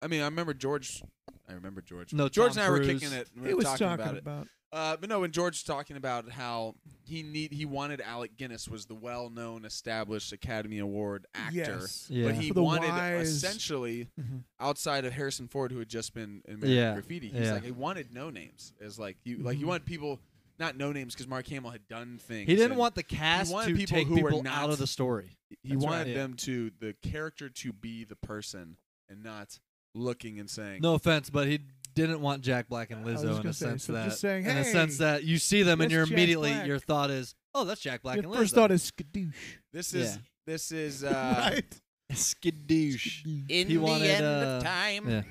I mean, I remember George. I remember George. No, George Tom and I were Cruise. kicking it. and We He were was talking, talking, about, it. about, Uh, but no, when George was talking about how he need he wanted Alec Guinness was the well known established Academy Award actor, Yes. Yeah. but he For the wanted wise- essentially Mhm. outside of Harrison Ford who had just been in American Yeah. Graffiti. He's Yeah. like he wanted no names. It's like you like you Mhm. wanted people not no names because Mark Hamill had done things. He didn't and want the cast wanted to people take who were people not- out of the story. he That's right, wanted yeah. them to the character to be the person and not looking and saying No offense, but he didn't want Jack Black and I was Lizzo in a gonna say, sense so that just saying, in a sense "Hey, that you see them and that's you're Jack immediately Black." your thought is, oh, that's Jack Black Your and first Lizzo. thought is skadoosh. This is Yeah. this [laughs] is uh [laughs] right? [laughs] skadoosh. In He the wanted, end uh, of time, Yeah.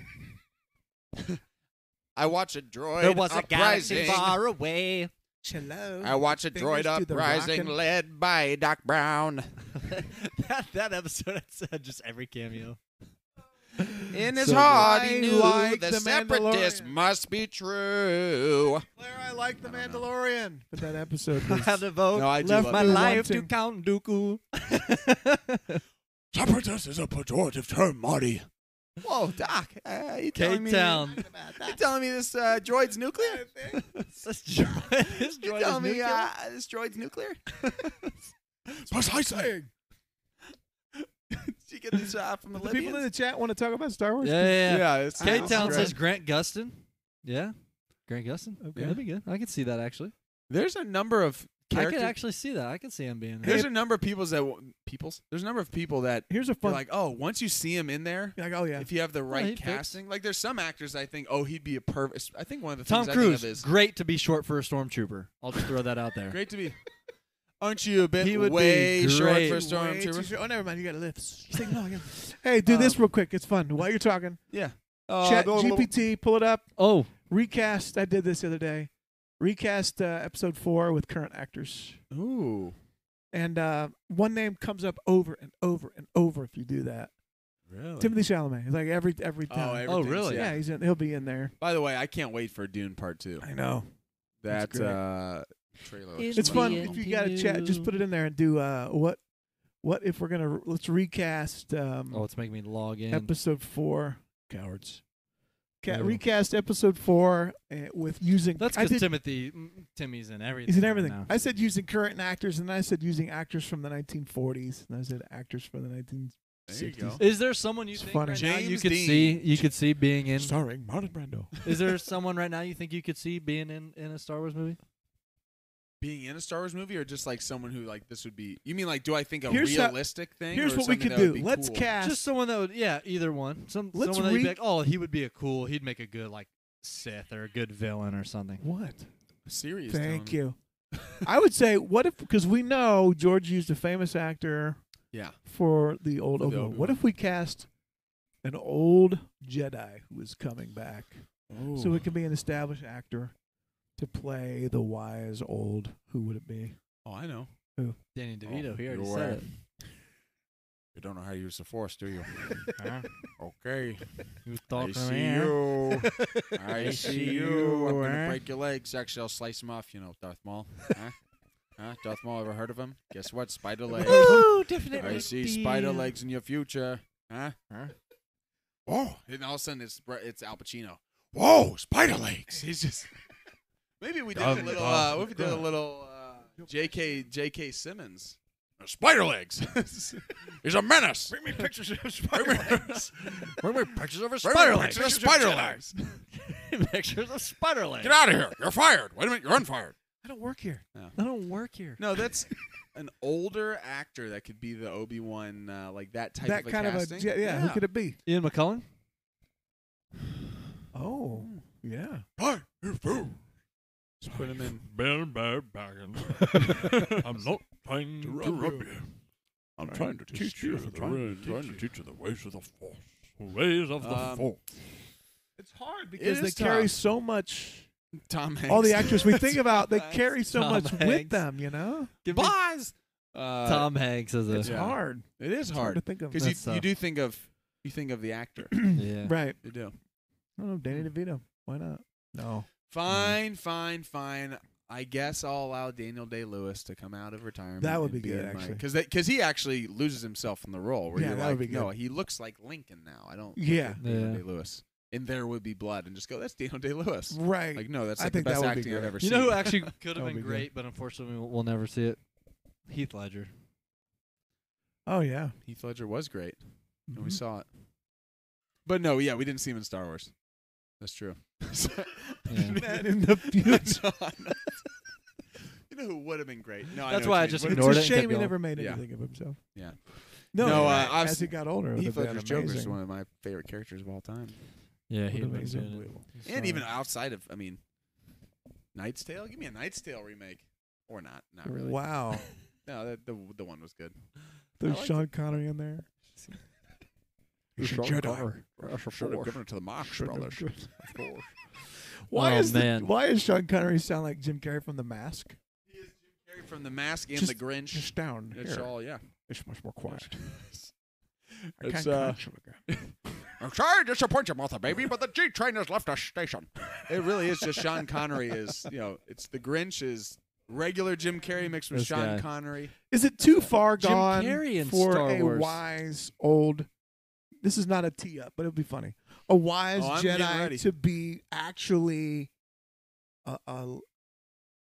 [laughs] I watch a droid There was a galaxy uprising. far away. [laughs] Hello. I watch a Fingers droid to the rock uprising and- led by Doc Brown. that, that episode [laughs] had said just [laughs] every cameo. In his So good. heart, I he knew like the, the separatists Mandalorian. must be true. Claire, I like the I don't know. Mandalorian. But that [laughs] episode I was had to vote. No, I do left love my that. you life to wanting. Count Dooku. Separatist is a pejorative term, Marty. Whoa, Doc. Uh, you telling Cape [laughs] me? Town. [laughs] You telling me this uh, droid's nuclear? This droid- this You droid is telling me nuclear? uh, this droid's [laughs] nuclear? Precisely. Did you get this uh, from the the people in the chat want to talk about Star Wars. Yeah, yeah, yeah. it's K Town it's says Grant Gustin. Yeah. Grant Gustin. Okay. Okay. that'd be good. I could see that actually. There's a number of I could characters. actually see that. I could see him being there. There's a number of peoples that w- peoples. There's a number of people that Here's a you're fun. like, oh, once you see him in there, You're like, oh yeah. if you have the right he fits. casting, like there's some actors I think, oh, he'd be a perfect. I think one of the Tom things I Cruise, think of is great to be short for a stormtrooper. I'll just throw that out there. great to be. Aren't you a bit He would be way short great. for a Way too stormtrooper? short. Oh, never mind. You got to [laughs] lift. Just ignore him. Hey, do this Um, real quick. It's fun. While you're talking, Yeah. Uh, chat blah, blah, blah. GPT, pull it up. Oh, Recast. I did this the other day. Recast uh, episode four with current actors, Ooh, and uh, one name comes up over and over and over. If you do that, really? Timothy Chalamet. It's Like every every oh, time. everything's- really? Yeah. yeah, he's in, he'll be in there. By the way, I can't wait for Dune Part Two. I know. That That's great. uh, trailer. looks It's It's fun. the phenomenal. If you got a chat, just put it in there and do uh, what what if we're gonna re- let's recast um, oh, it's making me log in. episode four. Cowards. Ca- Ooh. recast episode four uh, with using. That's I because did- Timothy, mm, Timmy's in everything. He's in everything. now. I said using current actors, and I said using actors from the 1940s, and I said actors from the 19. There you go. Is there someone you It's think funny. right now you James could Dean. see you could see being in? Starring Marlon Brando. Is there someone right now you think you could see being in in a Star Wars movie? Being in a Star Wars movie, or just like someone who like this would be. You mean like, do I think a Here's how- realistic thing? Here's or what we something could that would do. be Let's cool? cast. Just someone that would, yeah, either one. Some Let's someone that would be re- like, oh, he would be a cool, he'd make a good like Sith or a good villain or something. what? Serious. Thank you. [laughs] I would say, what if, because we know George used a famous actor Yeah. for the old For the Obi Wan. What Obi-Wan. if we cast an old Jedi who is coming back? So it can be an established actor to play the wise old. Who would it [laughs] be? oh, I know. Danny DeVito. he already you're said right. it. You don't know how to use the force, [laughs] do you? Huh? Okay. You I see [laughs] you. I see you. eh? I'm gonna break your legs. Actually, I'll slice them off. You know, Darth Maul. Huh? [laughs] huh? Darth Maul. Ever heard of him? Guess what? Spider legs. Ooh, definitely. I see spider legs in your future. Huh? Huh? Whoa! And all of a sudden, it's Bre- it's Al Pacino. Whoa! Spider legs. [laughs] He's just. [laughs] Maybe we did a Dum, little. dum, Uh, what if we did a dum. little. Uh, J.K. J.K. [laughs] Simmons. Uh, Spider [laughs] legs. He's a menace. Bring me pictures of Bring Spider me- legs. Bring me pictures of his Bring me spider legs. pictures His of spider Jedi. legs. Pictures of spider legs. Get out of here. You're fired. Wait a minute. You're unfired. I don't work here. I don't work here. No, that's an older actor that could be the Obi Wan, uh, like that type that of a kind casting. of a Je- yeah, Who could it be? Ian McCullen. Oh, Hmm. yeah. Just put him in. Bill Bear Baggins. I'm not trying to rob you. I'm trying to teach you. I'm trying to teach you the ways of the Force. Ways of the Um, Force. It's hard because is they carry tough. so much. Tom Hanks. All the [laughs] actors we [laughs] think about, they Hanks. carry so Tom much with Hanks. them. You know, Give me Boz. Uh, Tom Hanks as it's a Yeah. hard. It It's is hard to hard think of. because you, That's you tough. do think of you think of [clears throat] the actor. yeah. Right. you do. I don't know. Danny Mm. DeVito. Why not? Oh No. Fine, fine, fine. I guess I'll allow Daniel Day Lewis to come out of retirement. That would be good, actually. because because he actually loses himself in the role. Where Yeah, you're that like, would be good. no, he looks like Lincoln now. I don't. look Yeah. like Daniel Yeah. Day Lewis. And there would be blood, and just go. That's Daniel Day Lewis. Right. Like, no, that's I like the think that best would be acting I've great. ever You seen. know who actually could That have would be been good. great, but unfortunately we'll, we'll never see it. Heath Ledger. oh yeah. Heath Ledger was great, and we [laughs] Mhm. saw it. But no, yeah, we didn't see him in Star Wars. [laughs] That's true. Yeah. [laughs] [laughs] Man [laughs] in the future. you know who would have been great? No, I That's know why what I you just mean. It's ignored it a and shame kept he going. never made Yeah. anything of himself. Yeah. No, No, uh, I've as he seen- got older, it would have Heath been Ledger's Joker is amazing. one of my favorite characters of all time, Yeah, Would he have would been have been. unbelievable. and even outside of, I mean, Knight's Tale. Give me a Knight's Tale remake, or not? Not really. [laughs] Wow. No, that, the the one was good. There's liked Sean Connery in there. He's a Jedi. Should have given it to the Marx Brothers. Why Oh, is the- man. why is Sean Connery sound like Jim Carrey from The Mask? He is Jim Carrey from The Mask and Just- The Grinch. Just down it's here. all yeah. It's much more [laughs] quiet. I It's, can't uh, catch you again. I'm sorry to disappoint you, Martha, baby, but the G train has left our station. It really is just Sean Connery is, you know, it's the Grinch is regular Jim Carrey mixed with This Sean guy. Connery. Is it too far Jim gone Carrey in for Star a Wars. wise old? This is not a tee up, but it'd be funny. A wise Oh, I'm getting ready. Jedi to be actually a, a,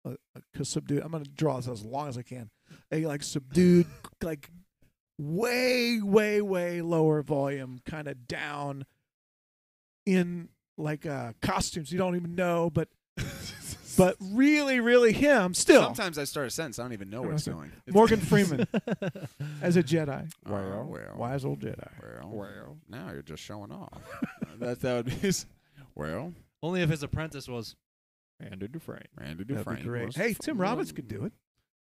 a, a subdued. I'm gonna draw this as long as I can. A like [laughs] subdued, like way, way, way lower volume, kind of down in like uh, costumes you don't even know, [laughs] but but really, really him still. Sometimes I start a sentence, I don't even know where it's going. It's- Morgan Freeman as a Jedi. Oh, Well, well. wise old Jedi. [laughs] [laughs] Well, well, now you're just showing off. Uh, that that would be his. Well, [laughs] Only if his apprentice was. Andy Dufresne. Randy That'd Dufresne. be great. was- Hey, Tim Robbins could do it.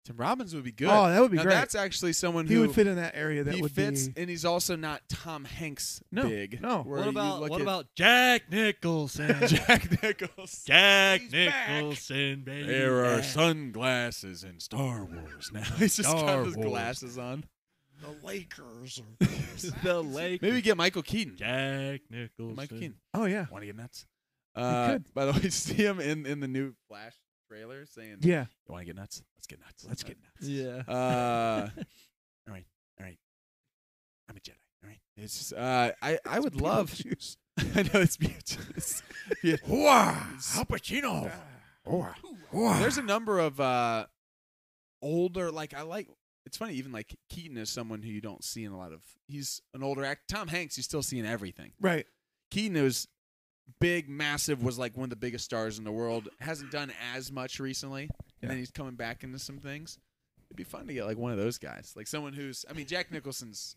Tim Robbins would be good. Oh, that would be now great. that's actually someone he who would fit in that area. That he would fits, be. and he's also not Tom Hanks No, big. no. where what you about look what at about Jack Nicholson? [laughs] Jack Nichols? Jack He's back. Nicholson, baby. There are back. [laughs] sunglasses in Star Wars now. [laughs] He's just Star got his Wars. glasses on. the Lakers. the [laughs] lake. Maybe get Michael Keaton. Jack Nicholson. Michael Keaton. Oh yeah, Want to get nuts? Uh, could. By the way, [laughs] you see him in, in the new Flash trailer saying, yeah. You want to get nuts? Let's get nuts. Let's get nuts. Yeah. Uh, [laughs] all right. All right. I'm a Jedi. All right. It's just, uh, I, I would love. Beetlejuice. [laughs] I know it's Beetlejuice. yeah. [laughs] Al Pacino. There's a number of uh, older, like I like. It's funny, even like Keaton is someone who you don't see in a lot of. He's an older actor. Tom Hanks, you still see in everything. Right. Keaton was big, massive, was like one of the biggest stars in the world. Hasn't done as much recently, and then he's coming back into some things. It'd be fun to get like one of those guys, like someone who's. I mean, Jack Nicholson's.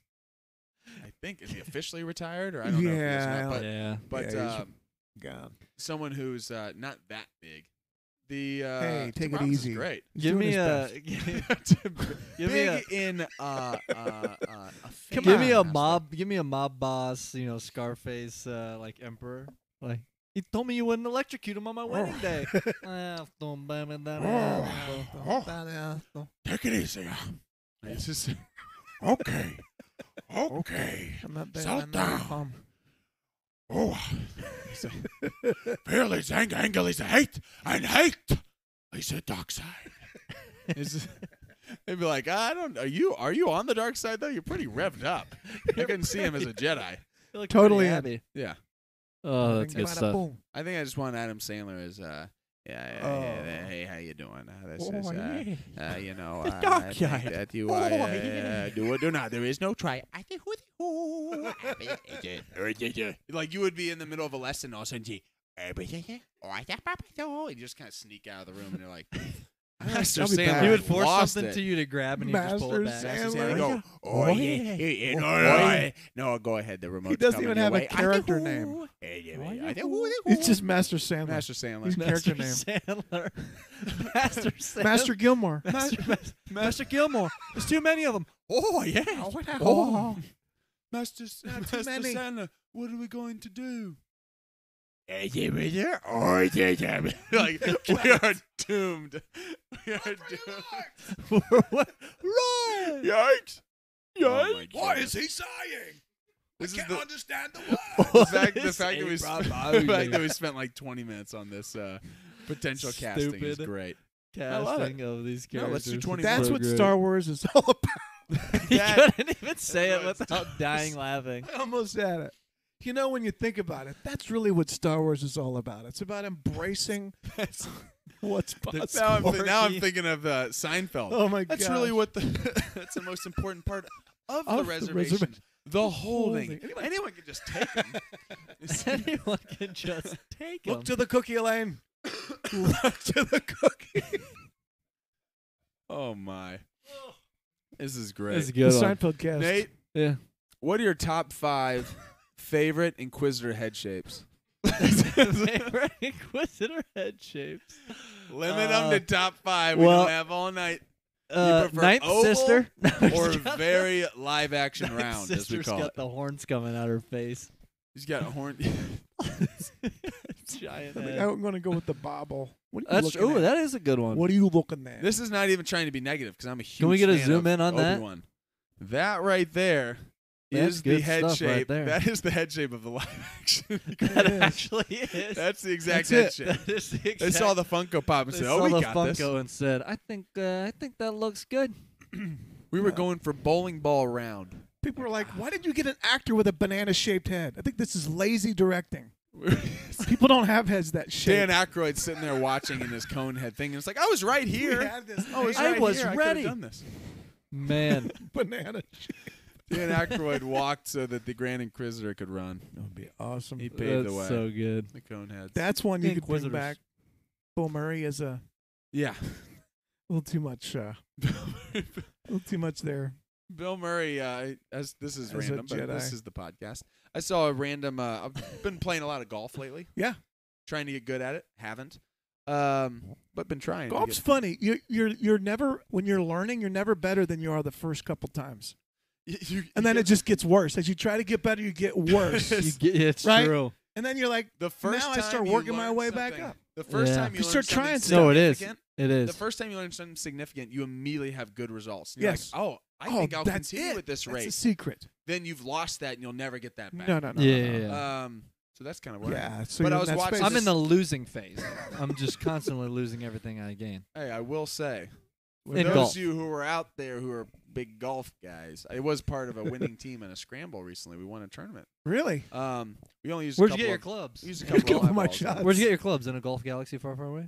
I think is he officially retired, or I don't know. If he Yeah, is not, I but um, yeah. but Yeah, he's- um, God. someone who's uh, not that big the uh, Hey, take it Tamames is easy. great. He's Give doing me his a best. [laughs] [laughs] give Big me a in uh, uh, uh, a Come give me on, a fake- mob give me a mob boss, you know, Scarface uh, like emperor. Like he told me you wouldn't electrocute him on my wedding [laughs] day. Ah, Oh. Oh. Oh. Take it easy. It's just Okay. Okay. I'm not Settle I'm not down. calm. Oh. Feel his anger, anger is hate, and hate is the dark side. It's just- [laughs] they'd be like, I don't. Are you are you on the dark side though? You're pretty revved up. I couldn't see him as a Jedi. You look Totally pretty in. happy. Yeah, Oh, Bada [laughs] boom. I think I just want Adam Sandler as. Uh, yeah, yeah, yeah, yeah, Oh. hey, how you doing? Uh, this is, Oh, uh, yeah. uh, you [laughs] know, The uh, dark I think side. that you uh, Oh, uh, yeah. do or do not. There is no try. I think who who. [laughs] like you would be in the middle of a lesson, all of a sudden, you, "Uh, but yeah, yeah, oh, I got my- oh," and you just kind of sneak out of the room, [laughs] and you're like, Master I'll be Sandler, back. He would force lost something it. to you to grab and he just pull it Master back. Master Sandler. Sandler, go, Oh, oh, yeah, yeah. yeah, yeah, Oh, no, oh, no, yeah." no, go ahead. The remote. He doesn't even have a character name. Oh, It's just Master Sandler. Master He's [laughs] Sandler. not- Character Sandler. [laughs] Master Sandler. Master Gilmore. Master, Master, Master [laughs] Gilmore. There's too many of them. Oh yeah. [laughs] Oh. [laughs] Master, S- Master many. Sandler, what are we going to do? Oh, yeah, yeah. [laughs] [laughs] like we are doomed. [laughs] We are doomed. Run! [laughs] Yikes! Yes? Oh my Why goodness. is he sighing? This I is can't the, understand the [laughs] the word. fact, the This fact that we ain't [laughs] spent, Bravo, the fact yeah. that we spent like 20 minutes on this uh, potential casting is Stupid. great. I love it. [laughs] Casting of these No, characters. let's do 20 It's That's so what [laughs] great. Star Wars is all about. [laughs] He That- couldn't even say it That's without [laughs] dying laughing. [laughs] I almost had it. You know, when you think about it, that's really what Star Wars is all about. It's about embracing what's possible. [laughs] now, I'm, thi- now I'm quirky. thinking of uh, Seinfeld. Oh my god, that's really what the [laughs] that's the most important part of, Of the the reservation. reservation. The holding. holding. Anyone, can just take them. [laughs] Anyone can just take him. Look to the cookie, [coughs] Elaine. Look to the cookie. [laughs] oh my, this is great. That's a The good one. [laughs] Seinfeld cast. Nate, Yeah. what are your top five favorite Inquisitor head shapes? [laughs] Favorite Inquisitor head shapes. Limit Uh, them to top five. We well- don't have all [laughs] night. Uh, prefer ninth oval sister [laughs] Or very live action ninth round, as we Sister's call got it. the horns coming out her [laughs] face. [laughs] He's got a horn. [laughs] Giant I think head. I'm going to go with the bobble. What are you That's looking ooh, at? that is a good one. What are you looking at? this is not even trying to be negative because I'm a huge. we get a fan zoom of in on that? Obi-Wan. that? right there is That's the good head stuff right shape. there. That is the head shape of the live action. [laughs] [laughs] that is. actually is. That's the exact That's head it. shape. [laughs] That is the exact. They saw the Funko Pop and they said, saw "Oh, we the got Funko this." and said, "I think uh, I think that looks good." We were going for bowling ball round. People are like, why did you get an actor with a banana shaped head? I think this is lazy [laughs] directing. People don't have heads that shape. Dan Aykroyd's sitting there watching in his cone head thing, and it's like, "I was right We here. had this I was I right was here. I ready." could have done this." Man, [laughs] banana. shape. Dan Aykroyd walked so that the Grand Inquisitor could run. That would be awesome. He [laughs] paved that's the way. so good. the cone heads. That's one you could bring Inquisitors. back. Bill Murray is a yeah. [laughs] little too much. Uh, a little too much there. Bill Murray, uh, as this As is a random, but this Jedi. is the podcast. I saw a random. Uh, I've been playing a lot of golf lately. Yeah. trying to get good at it. Haven't, um, but been trying. to Golf's get- funny. You're, you're you're never when you're learning, you're never better than you are the first couple times, You- you- and then you- it just gets worse. As you try to get better, you [laughs] get worse, You get, it's Right? true. and then you're like, the first now I time start you working my learn way back something- up. The first Yeah. time you, You start learn something trying stuff. No, it is. significant, It The is. first time you learn something significant, you immediately have good results. And you're Yes. like, oh, I oh, think I'll that's continue it. at this That's rate. the secret. then you've lost that, and you'll never get that back. No, no, no, yeah, no, no. yeah, yeah. Um, so that's kind of where. Yeah, so But you're I was in that watching- space. I'm in the losing phase. [laughs] I'm just constantly losing everything I gain. Hey, I will say, In those golf. of you who are out there who are big golf guys, I was part of [laughs] a winning team in a scramble recently. We won a tournament. really. Um, we only used a Where'd you couple get your of, clubs? [laughs] we used a Couple couple of of my eyeballs. shots. Where'd you get your clubs? In a golf galaxy far, far away?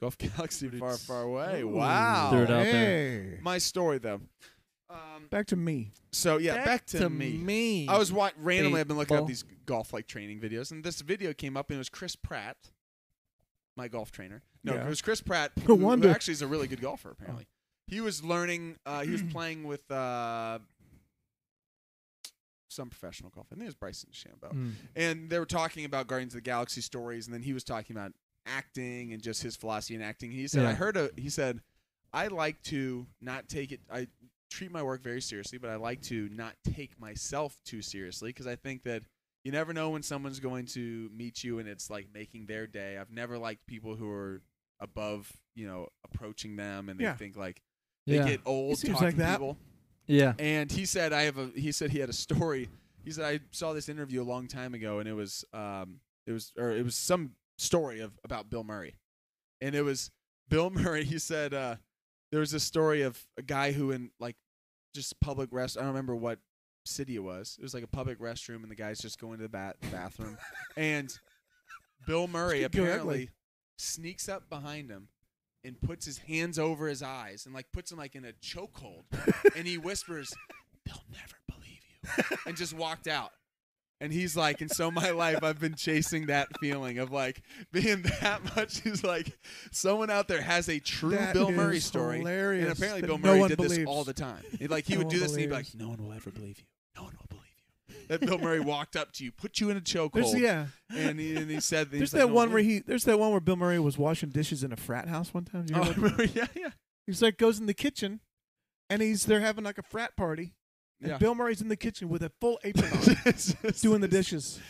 Golf Galaxy Dude, far, it's- far away. Ooh. wow. Throw it out there. Hey, My story though. Um, back to me. so yeah, back, to, me. I was wa- randomly. I've been looking up Baseball. these golf like training videos, and this video came up, and it was Chris Pratt, my golf trainer. No, Yeah. it was [laughs] Chris Pratt, who, who wonder. Oh. actually is a really good golfer. Apparently, he was learning. Uh, [clears throat] he was playing with uh, some professional golfer. I think it was Bryson DeChambeau, Mm. and they were talking about Guardians of the Galaxy stories, and then he was talking about acting and just his philosophy in acting. He said, Yeah. I heard a, he said, I like to not take it, I treat my work very seriously, but I like to not take myself too seriously because I think that you never know when someone's going to meet you and it's like making their day. I've never liked people who are above, you know, approaching them and they Yeah. think like they Yeah. get old seems talking like that. people. yeah. And he said, "I have a." He said he had a story. He said, "I saw this interview a long time ago, and it was, um, it was, or it was some story of about Bill Murray, and it was Bill [laughs] Murray." He said, uh, "There was a story of a guy who in like just public rest. I don't remember what city it was. It was like a public restroom, and the guy's just going to the bat- bathroom, and Bill Murray keep going apparently ugly. sneaks up behind him." And puts his hands over his eyes and like puts him like in a chokehold, and he whispers, they'll never believe you and just walked out and he's like and so my life i've been chasing that feeling of like being that [laughs] much he's like someone out there has a true That bill murray is story hilarious and apparently that bill no murray one did this believes. all the time He- like he No would one do this and he'd be like believes. no one will ever believe you no one will believe you that bill murray walked up to you put you in a There's, chokehold yeah. and, he, and he said he's There's like, that "No one where believe he. There's that one where Bill Murray was washing dishes in a frat house one time. Did you you." hear oh, [laughs] I about remember, yeah [laughs] yeah He's like goes in the kitchen, and he's they're having like a frat party, and Yeah. Bill Murray's in the kitchen with a full apron [laughs] on, It's just- doing the dishes.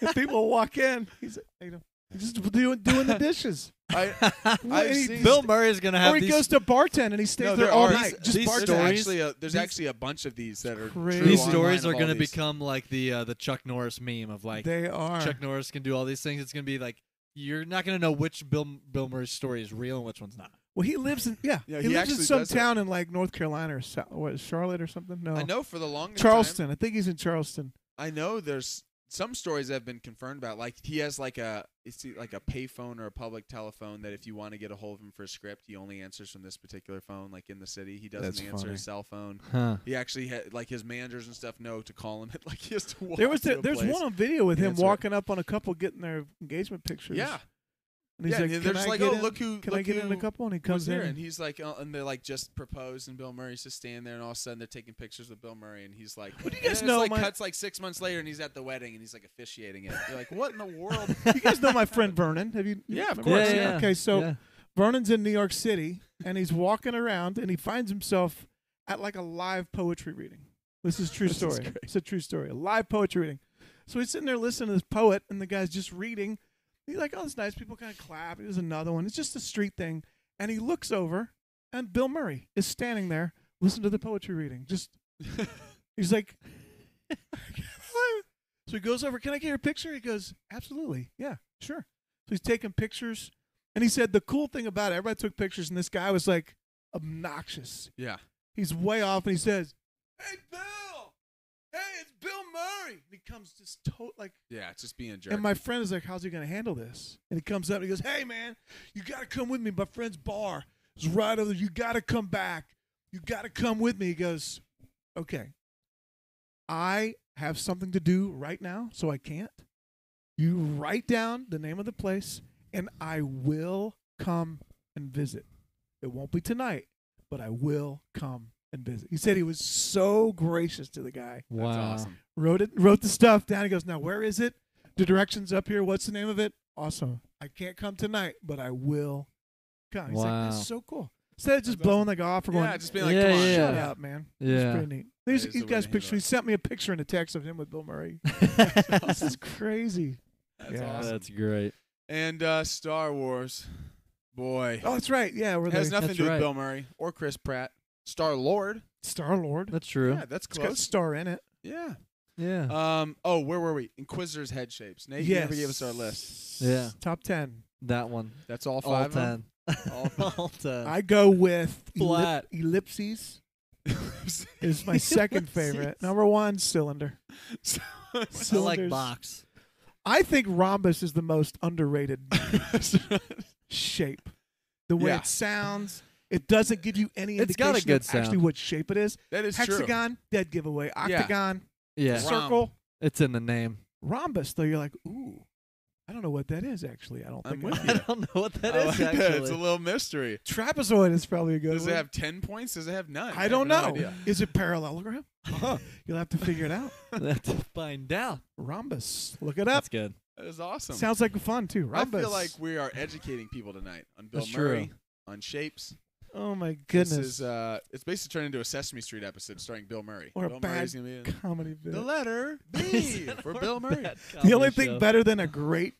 and people walk in. He's like, you know, he's just doing doing the [laughs] dishes. I, What- and he- seen- Bill Murray's gonna have or he these. goes to bartend and he stays No, there, there all are- night. these- Just these bartending. there's stories- actually a, there's these- actually a bunch of these that are Crazy. true these online stories of are all gonna these. become like the uh, the Chuck Norris meme of like they are. Chuck Norris can do all these things. It's gonna be like you're not gonna know which Bill Bill Murray's story is real and which one's not. Well, he lives in yeah. Yeah, he, lives he in actually some does that. town in like North Carolina or Sou- what, Charlotte or something. No, I know for the longest time- Charleston. I think he's in Charleston. I know there's some stories that have been confirmed about. Like he has like a it's like a payphone or a public telephone that if you want to get a hold of him for a script, he only answers from this particular phone, like in the city. He doesn't That's answer funny. his cell phone. Huh. He actually had like his managers and stuff know to call him. [laughs] like he has to walk. There was to the, a there's place. one on video with Yeah, him that's right. walking up on a couple getting their engagement pictures. Yeah, and he's yeah. like, "Can and they're I just like, get oh in? look who Can look I get who in a couple?" And he was comes in. there? and- And he's like, uh, and they're like just proposed, and Bill Murray's just standing there, and all of a sudden they're taking pictures with Bill Murray, and he's like, What do you and then guys it's, know, Like my- cuts like six months later, and he's at the wedding, and he's like officiating it. You're like, what in the world? [laughs] you guys know my friend Vernon. Have you? Yeah, of remember course, him? yeah. Okay, so Yeah. Vernon's in New York City and he's walking around and he finds himself at like a live poetry reading. This is true [laughs] This is story. great. it's a true story. A live poetry reading. So he's sitting there listening to this poet and the guy's just reading. He's like, "Oh, it's nice." People kind of clap. Here's another one. It's just a street thing. And he looks over and Bill Murray is standing there listening to the poetry reading. [laughs] Just he's like. [laughs] So he goes over, Can I get your picture? He goes, Absolutely. Yeah, sure. So he's taking pictures. And he said the cool thing about it, everybody took pictures, and this guy was like obnoxious. [laughs] yeah. He's way off, and he says, Hey, Bill! Hey, it's Bill Murray! And he comes just to- like, Yeah, it's just being a jerk. and my friend is like, How's he going to handle this? And he comes up and he goes, Hey, man, you got to come with me. My friend's bar is right over there. You got to come back. You got to come with me. He goes, Okay, I have something to do right now, so I can't. You write down the name of the place, and I will come and visit. It won't be tonight, but I will come and visit. He said he was so gracious to the guy That's [laughs] awesome. wrote it wrote the stuff down he goes now where is it the directions up here what's the name of it awesome i can't come tonight but i will come he's like Wow. that's so cool instead of just That's blowing like off or going Yeah, just being like, Yeah, come on. yeah. shut up man it's pretty neat these, is these the way guys to handle picture he it. sent me a picture and a text of him with bill murray [laughs] this is crazy That's Yeah. awesome. great. and uh, Star Wars, boy, oh that's right yeah we're it has the nothing That's to do right. with Bill Murray or Chris Pratt. Star Lord, star lord That's true. yeah, that's it's got close. star in it Yeah. Yeah. Um. Oh, where were we? Inquisitor's head shapes. Nate, you never gave us our Yes. list. Yeah. top 10 that one. That's all All five. ten. [laughs] All- All ten. i go with ellip- Flat. ellipses [laughs] of them? is my second favorite Ellipses. number one cylinder I like cylinders. box. I think rhombus is the most [laughs] underrated shape. The way Yeah. it sounds, it doesn't give you any It's indication got a good of actually sound. what shape it is. that is true. Hexagon, dead giveaway. Octagon, Yeah. Rom- circle, It's in the name. rhombus. Though you're like, ooh, I don't know what that is. Actually, I don't I'm think with I you. I don't know what that I is like actually. that. It's a little mystery. [laughs] Trapezoid is probably a good Does one. it have ten points? Does it have none? I don't have know. no idea. Is it parallelogram? [laughs] You'll have to figure it out. [laughs] Let's find out. Rhombus. Look it up. That's good. That is awesome. Sounds like fun too. I Rhombus. feel like we are educating people tonight on Bill That's Murray, true. on shapes. oh my goodness, This is uh, it's basically turned into a Sesame Street episode starring Bill Murray. Or a Bill bad Murray's gonna be [laughs] in. comedy bit. The letter B for Bill Murray. The only thing better [laughs] than a great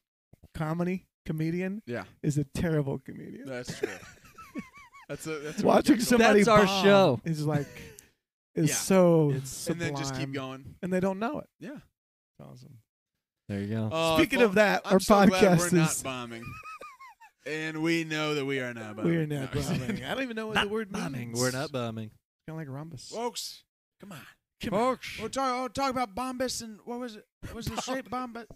comedy comedian Yeah, is a terrible comedian. [laughs] that's true. that's a that's a Watching original- somebody That's our bomb show. is like [laughs] is Yeah. so It's- and then just keep sublime. going. and they don't know it. Yeah. Awesome. There you go. Uh, Oh, Speaking folks, of that, I'm our so glad podcast we're not is bombing, and we know that we are [laughs] not bombing. we're not No. [laughs] bombing. I don't even know what the word bombing. means. We're not bombing. kind of like rhombus. folks. Come on. Folks. We'll talk, we'll talk about Bombas and what was it? What was the shape Bombas?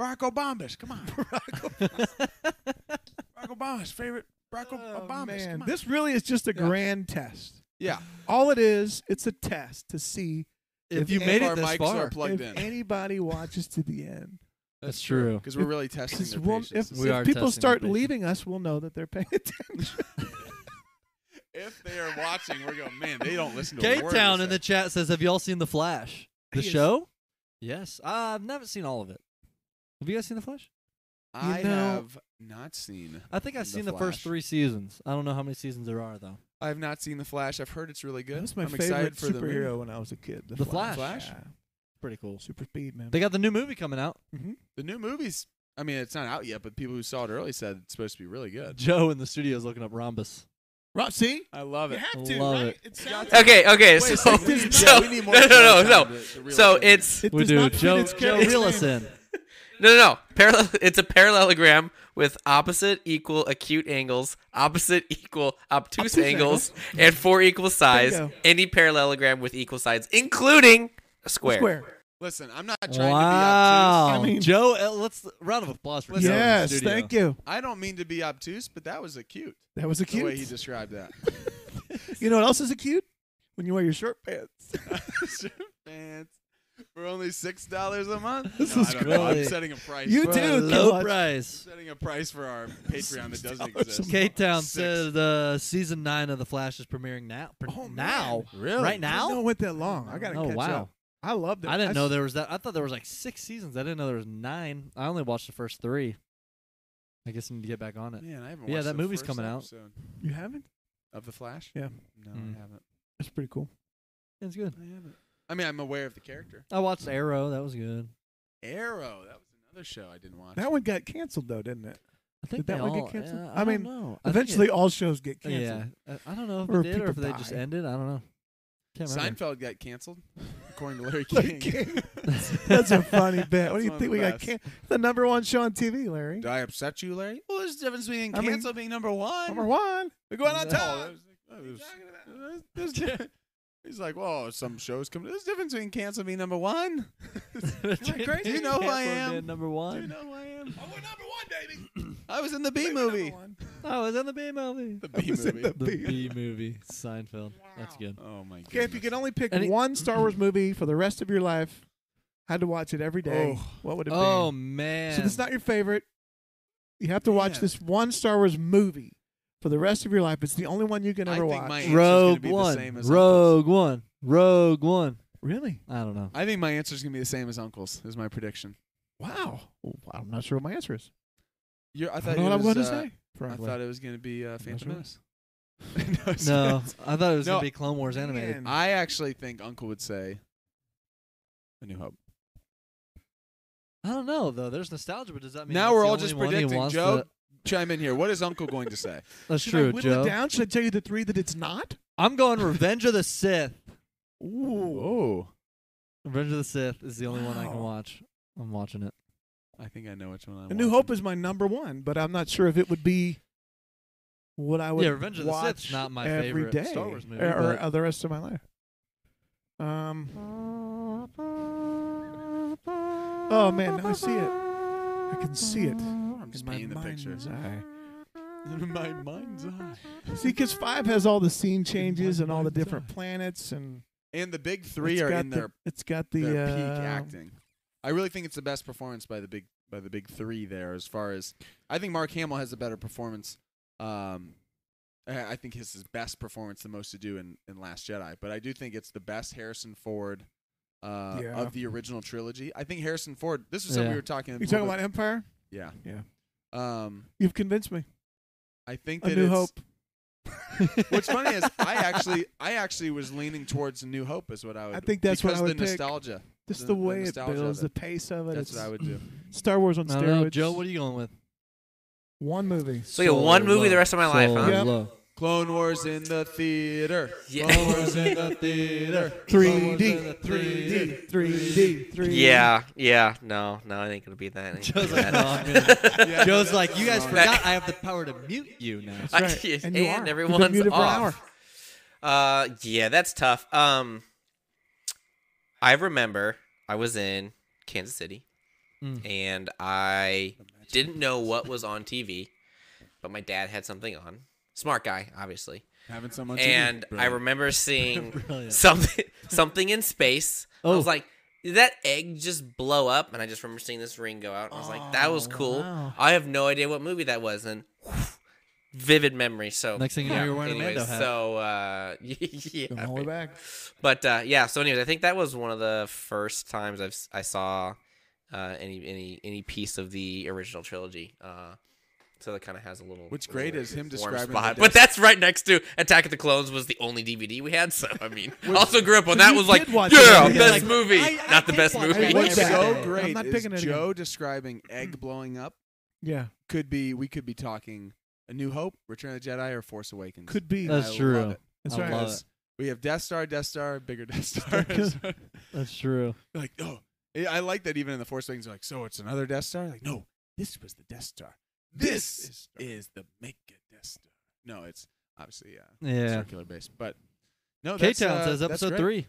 Barack Obama's. [laughs] Come on. Barack Obama's favorite. Barack Oh, Obama's. man, uh, Come on. this really is just a Yeah. grand test. yeah. All it is, it's a test to see if If you if made our it this mics far, are if plugged in. anybody watches to the end. that's true. Because we're really [laughs] testing Because their we'll, if, patience. We if are people testing start their patience. leaving us, we'll know that they're paying [laughs] attention. If they are watching, we're going, man, they don't listen to K a word. Town we in say." the chat says, "Have you all seen The Flash? The He is- show?" Yes, Uh, I've never seen all of it. Have you guys seen The Flash? I You know- have not seen. I think I've The seen the first Flash. three seasons. I don't know how many seasons there are though. I have not seen The Flash. I've heard it's really good. That was my I'm favorite excited for the movie. superhero when I was a kid. The Flash? Yeah. Pretty cool. Super speed, man. They got the new movie coming out. The new movies. I mean, it's not out yet, but people who saw it early said it's supposed to be really good. Joe in the studio is looking up Rhombus. Right, see? I love it. have to, Love right? Okay, okay. Wait, so, we need- so we [laughs] no, need more no, no, time no. to- to really So think. it's It we does do. not fit Joe, its Joe, character. reel us in. No, no, no. Parallel. [laughs] It's a parallelogram with opposite equal acute angles, opposite equal obtuse Obtuse angles, and four equal sides. Bingo. Any parallelogram with equal sides, including a square. Square. Listen, I'm not trying wow, to be obtuse. I mean- Joe, uh, let's round of applause for Joe in the Yes, studio. thank you. I don't mean to be obtuse, but that was acute. That was The way acute. he described that. [laughs] you know what else is acute? When you wear your short pants. [laughs] Pants for only six dollars a month. This No, I is don't know. I'm great. setting a price. You for, For a do, low Coach. price. setting a price [laughs] for our Patreon that doesn't $6 a exist. month. K Town Six. says the season nine of The Flash is premiering now. Pre- Oh, man. now, Really? right I didn't know now. it went that long. I gotta Oh catch wow! up. I loved it. I didn't s- know there was that. I thought there was like six seasons. I didn't know there was nine. I only watched the first three. I guess I need to get back on it. Man, I haven't Yeah, watched that the movie's first coming out. episode You haven't? Of The Flash? Yeah. No, Mm. I haven't. That's pretty cool. It's good. I haven't. I mean, I'm aware of the character. I watched Arrow. That was good. Arrow. That was another show I didn't watch. That one got canceled though, didn't it? I think Did that they one get all- canceled? yeah, I I, don't mean, know. I think Eventually, it- all shows get canceled. yeah. I- I don't know if Or it did or if people they just die. ended. I don't know. Can't [laughs] remember. Seinfeld got canceled, according to Larry [laughs] Larry King. King. That's a funny bit. What That's do you one of think the we got? best. Can- the number one show on TV, Larry. Did I upset you, Larry? Well, there's a difference between I mean- canceled being number one. Number one. We're going on No. top. Oh, There's di- He's like, well, some shows come. There's a difference between cancel me number one. [laughs] Did crazy? they You know who I cancel am. it, Number Do you one. know who I am? Oh, we're number one, baby. I was in the B Baby number movie. one. I was in Oh, the [laughs] B movie. The I [laughs] B was in movie. the- The B. B movie. Seinfeld. That's good. Oh my god. Okay, if you could only pick Any- one Star Wars movie for the rest of your life, had to watch it every day, what would it Oh be? man. So it's not your favorite. You have to watch Man. this one Star Wars movie for the rest of your life. It's the only one you can I ever think watch. my- answer's gonna Rogue be the same One. as Rogue One. Rogue One. really? I [laughs] don't know. I think my answer's gonna be the same as Uncle's. Is my prediction. Wow. I'm not sure what my answer is. You're, I I, thought don't know it what I'm going was, to uh, say. I frankly. thought it was gonna be uh, Phantom sure. [laughs] Menace. [laughs] no, it's No, not. I thought it was No, gonna be Clone Wars animated. Man. I actually think Uncle would say A New Hope. I don't know though. There's nostalgia, but does that mean now that's we're the all only just one he predicting. wants Joe, to- chime in here. What is Uncle going to say? that's Should I true, whittle Joe. it down? Should I tell you the three that it's not? I'm going Revenge of the Sith. [laughs] Ooh. Oh, Revenge of the Sith is the only one I can Wow. watch. I'm watching it. I think I know which one. I'm A New Hope is my number one, but I'm not sure if it would be what I would Yeah, Revenge of the watch Sith's not my every favorite day Star Wars movie, or, or but- uh, the rest of my life. Um. Oh man, now I see it. I can see it. I'm just painting the picture. In [laughs] my mind's eye. See, because five has all the scene changes and all the different planets, and And the big three it's are got in their, the, it's got the their uh, peak acting. I really think it's the best performance by the big by the big three there. As far as I think, Mark Hamill has a better performance. Um, I I think his his best performance, the most to do in in Last Jedi. But I do think it's the best Harrison Ford, uh, Yeah. of the original trilogy. I think Harrison Ford. This is something we Yeah. were talking. a You talking little about Empire? bit- Yeah. Yeah. Um, You've convinced me. I think A that New it's, Hope. [laughs] What's funny [laughs] is I actually I actually was leaning towards New Hope is what I would. I think that's what I because the would pick. nostalgia. Just the- the, the way it nostalgia of builds, it. the pace of it. That's it's what I would do. Star Wars on I steroids. don't know. Joe, what are you going with? One movie. So you got one movie the rest of my life, huh? Yep. Clone Wars in the [laughs] theater. Yeah. Clone Wars in the theater. 3D, 3D, 3D, 3D. Yeah, yeah. No, no, it ain't gonna be that. It ain't gonna Joe's be like, that. no, oh, I'm gonna. Yeah. Joe's like, you guys That- forgot I have the power to mute you now. That's [laughs] I- right. yes, and you and are. everyone's You've been muted off. For an hour. Uh, yeah, that's tough. Um, I remember I was in Kansas City, Hmm. Mm. and I didn't know what was on TV, but my dad had something on. Smart guy, obviously. Having someone. And [laughs] I remember seeing Brilliant. something something in space. I was Oh. like, did that egg just blow up? And I just remember seeing this ring go out. And I was like, that Oh, was cool. I have no idea what movie that was. And vivid memory. So Next thing you know, you're wearing a anyways, Mando hat. So uh, [laughs] yeah. Come all the way back. But uh, yeah, so anyways, I think that was one of the first times I've s- I saw uh, any any any piece of the original trilogy. Uh, so that kind of has a little. What's little great is him warm describing the spot. death- but that's right next to Attack of the Clones was the only DVD we had. So I mean, also grew up on that. you Was like, did watch yeah, it. best Like, movie, I- I not the did best watch movie. that. What's Every so day. I'm great not is picking it again. Joe describing egg blowing up Yeah, could be we could be talking A New Hope, Return of the Jedi, or Force Awakens. could be. And That's I love true. it. That's I right. love Because We have Death Star, Death Star, bigger Death Star. [laughs] That's true. like, oh, I I like that. Even in the Force Awakens, like, so it's another Death Star. Like, no, this was the Death Star. This, is, the Mega Death Star. No, it's obviously yeah, Yeah. circular base, but no. K that's, Town uh, says that's episode great. three.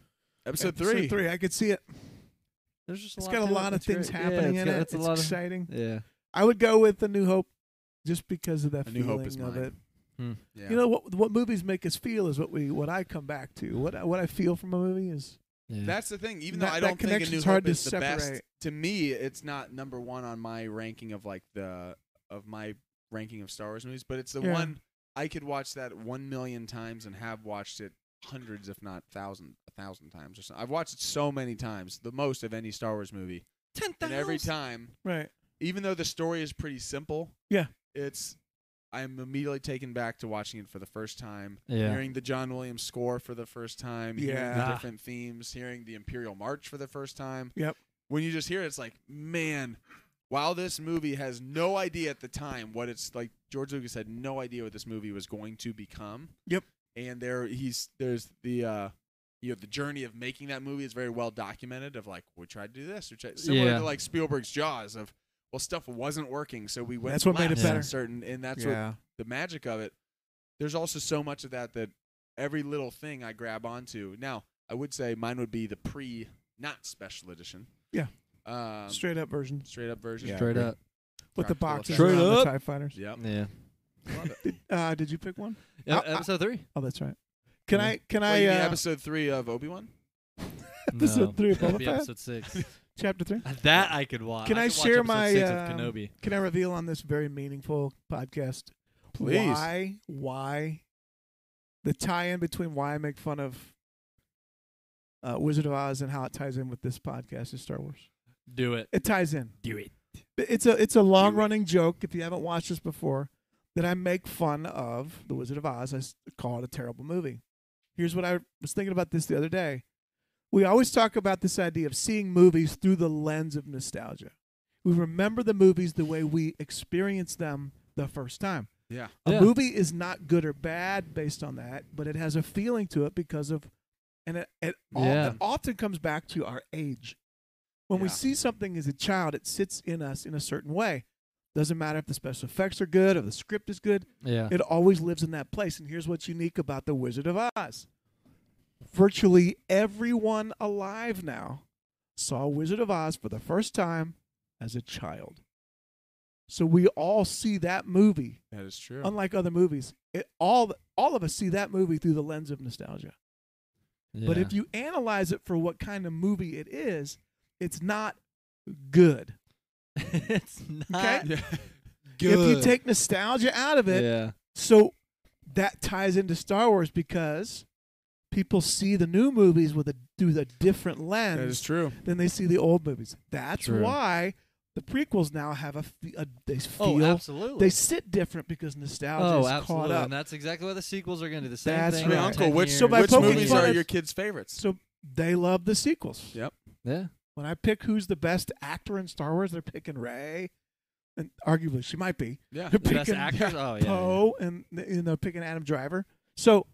Episode three. three. I could see it. There's just a It's lot got a to it. lot of That's great. things Yeah, happening it's in got- it. that's a It's lot of- exciting. Yeah. I would go with the New Hope, just because of that A New feeling Hope is of mine. it. Yeah. You know what? What movies make us feel is what we what I come back to. What I- what I feel from a movie is that's the thing. Even That- though I that don't think a New connection's Hope hard to is the best, separate. to me, it's not number one on my ranking of like the of my ranking of Star Wars movies. But it's the Yeah. one I could watch that one million times and have watched it hundreds, if not thousand, a thousand times or something. I've watched it so many times, the most of any Star Wars movie, Ten and every time, right. even though the story is pretty simple, Yeah. it's. I'm immediately taken back to watching it for the first time, Yeah. hearing the John Williams score for the first time, hearing the Yeah. different themes, hearing the Imperial March for the first time. Yep. When you just hear it, it's like, man, while this movie has no idea at the time what it's like, George Lucas had no idea what this movie was going to become. Yep. And there, he's there's the uh, you know, the journey of making that movie is very well documented. Of like, we tried to do this, we tried similar Yeah. to like Spielberg's Jaws of well, stuff wasn't working, so we went. That's what made it left on better. Certain, and that's what yeah. the magic of it. There's also so much of that that every little thing I grab onto. Now, I would say mine would be the pre, not special edition. Yeah. Um, straight, straight up version up version. Yeah. Straight up. with the practical boxes Straight around the up. Tie Fighters. Yep. Yeah. Love it. Did, uh, did you pick one? Yeah, I- I- episode three. Oh, that's right. Can [laughs] Yeah. I? Can Well, you I? mean Uh, episode three of Obi Wan. [laughs] Episode three of that'd Boba be Fett? [laughs] Episode six. Uh, chapter three. that I could watch. Can I could watch share episode my, six um, of Kenobi? Can I reveal on this very meaningful podcast Please. why why the tie-in between why I make fun of uh, Wizard of Oz and how it ties in with this podcast is Star Wars. Do it. It ties in. Do it. It's a it's a long-running joke. If you haven't watched this before, that I make fun of the Wizard of Oz. I s- call it a terrible movie. Here's what I was thinking about this the other day. We always talk about this idea of seeing movies through the lens of nostalgia. We remember the movies the way we experienced them the first time. Yeah. A Yeah. movie is not good or bad based on that, but it has a feeling to it because of, and it, it, all, Yeah. it often comes back to our age. When we Yeah. see something as a child, it sits in us in a certain way. Doesn't matter if the special effects are good or the script is good. Yeah. It always lives in that place. And here's what's unique about The Wizard of Oz virtually everyone alive now saw Wizard of Oz for the first time as a child. So we all see that movie, That is true. unlike other movies. It, all, all of us see that movie through the lens of nostalgia. But if you analyze it for what kind of movie it is, it's not good. [laughs] it's not Okay? If you take nostalgia out of it, yeah. So that ties into Star Wars because people see the new movies with a through the different lens That is true. than they see the old movies. That's True. why the prequels now have a, fe- a they Oh, feel absolutely. they sit different because nostalgia oh, is absolutely. caught up. And that's exactly why the sequels are going to do the same That's thing. My right. in uncle, 10 which, years. So by which poking movies fun are at- your kids' favorites? so they love the sequels. Yeah. Yeah. When I pick who's the best actor in Star Wars, they're picking Ray, and arguably she might be. Yeah. They're The best picking actors. Oh, yeah. yeah. Poe and you know picking Adam Driver. So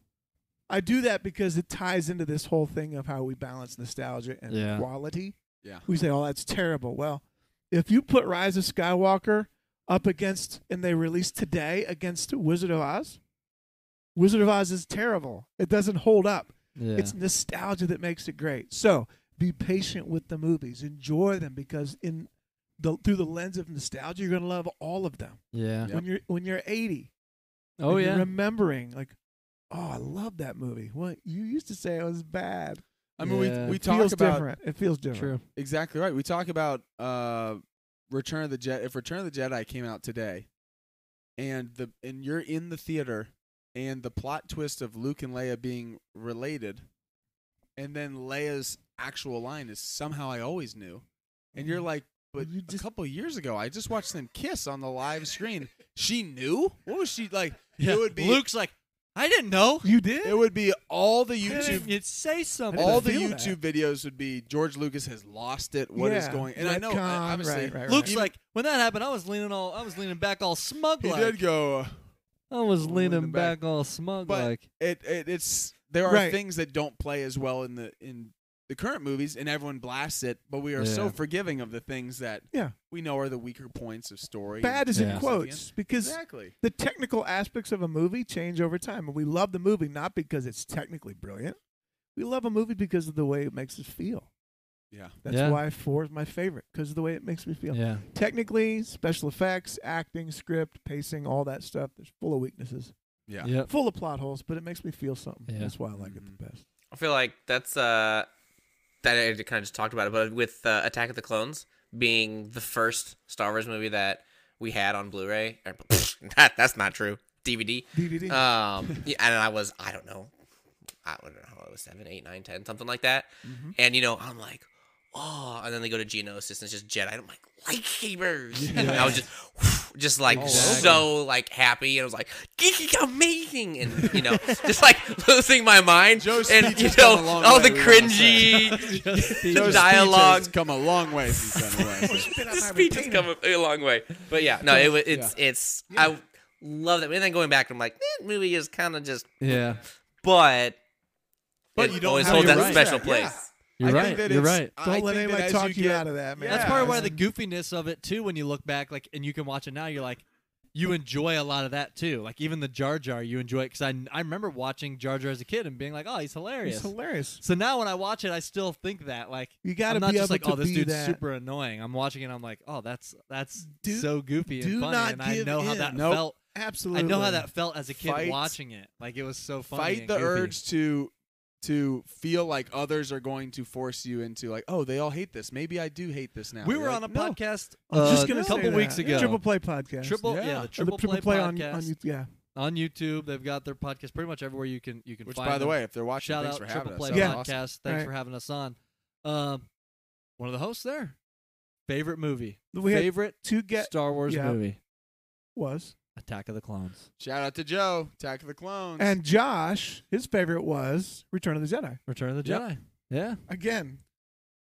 I do that because it ties into this whole thing of how we balance nostalgia and Yeah. quality. Yeah. We say, "Oh, that's terrible." Well, if you put Rise of Skywalker up against and they released today against Wizard of Oz, Wizard of Oz is terrible. It doesn't hold up. Yeah. It's nostalgia that makes it great. So be patient with the movies. Enjoy them because in the through the lens of nostalgia, you're gonna love all of them. yeah. Yep. When you're when you're 80, Oh, and you're yeah. remembering like, oh, I love that movie. What you used to say it was bad. I mean, Yeah. we, we It talk feels about different. It feels different. True. exactly right. We talk about uh, Return of the Jedi. If Return of the Jedi came out today, and the and you're in the theater, and the plot twist of Luke and Leia being related, and then Leia's actual line is somehow I always knew, and you're like, but Mm-hmm. You a just- couple years ago I just watched them kiss on the live screen. she knew. What was she [laughs] like? Yeah. It would be Luke's like, I didn't know. You did. It would be all the YouTube Didn't you say something. all didn't the feel that. YouTube videos would be George Lucas has lost it. What is Yeah, going? And I know, I- retcon, obviously, right, right, right. Luke's like, when that happened, I was leaning all, I was leaning back all smug he like. did go. Uh, I was Leaning leaning back. back. all smug But- like. it, it it's there are Right. things that don't play as well in the in the current movies, and everyone blasts it. But we are so Yeah. forgiving of the things that Yeah. we know are the weaker points of story. bad is Yeah. in quotes because exactly. the technical aspects of a movie change over time. And we love the movie not because it's technically brilliant. We love a movie because of the way it makes us feel. Yeah. That's Yeah. why four is my favorite because of the way it makes me feel. Yeah. Technically, special effects, acting, script, pacing, all that stuff. There's full of weaknesses, Yeah. [laughs] Yep. full of plot holes, but it makes me feel something. Yeah. That's why I like it Mhm. Mm-hmm. the best. I feel like that's uh that I kind of just talked about it, but with uh, Attack of the Clones being the first Star Wars movie that we had on Blu-ray, [laughs] or, that that's not true. DVD. DVD. Uh, Um, yeah, and I was I don't know, I don't know how it was seven, eight, nine, ten, something like that. Mm-hmm. Mhm. And you know I'm like, oh, and then they go to Geonosis and it's just Jedi. I'm like lightsabers. Yeah. And I was just. Just [laughs] like Oh, so, like happy, and I was like, "Geeky, amazing!" And you know, [laughs] just like losing my mind. Joe's and speech you has know, come a long all way, the we wanna say. [laughs] cringy Joe's dialogue speech has come a long way since then. Ryan. the speech has come a, a long way. But yeah, no, it, wa- it's it's I love that. And then going back, I'm like, that movie is kind of just, [laughs] Yeah. but But it you don't always have holds your that rights. special Yeah. place. You're I think right. that You're it's- right. I Don't think let that anybody as talk you, get- out of that, man. Yeah. That's part of why and- the goofiness of it too. When you look back, like, and you can watch it now, you're like, you enjoy a lot of that too. Like even the Jar Jar, you enjoy because I I remember watching Jar Jar as a kid and being like, oh, he's hilarious. It's hilarious. so now when I watch it, I still think that like. You got I'm to not be able just like, to oh, this be dude's that. super annoying. I'm watching it. I'm like, oh, that's that's Do- so goofy do and funny, not and I give know how in. that Nope. felt. Absolutely. I know how that felt as a kid Fight- watching it. Like it was so funny. fight and the goofy. urge to to feel like others are going to force you into like oh they all hate this maybe i do hate this now We You're were like, on a "No." podcast I'm uh, just gonna a say couple that. weeks ago. Triple Play podcast. Triple- yeah, Yeah. the Or the triple, Or the triple play, on, podcast on you- yeah. on YouTube. They've got their podcast pretty much everywhere you can you can which find. by the them. way if they're watching shout thanks out for Triple having Play us That was podcast. awesome. Thanks Right. for having us on. Um, one of the hosts there. Favorite movie. We had Favorite two get Star Wars yeah. movie. was Attack of the Clones. shout out to joe attack of the clones and Josh. His favorite was Return of the Jedi. Return of the Yep. Jedi. Yeah. Again,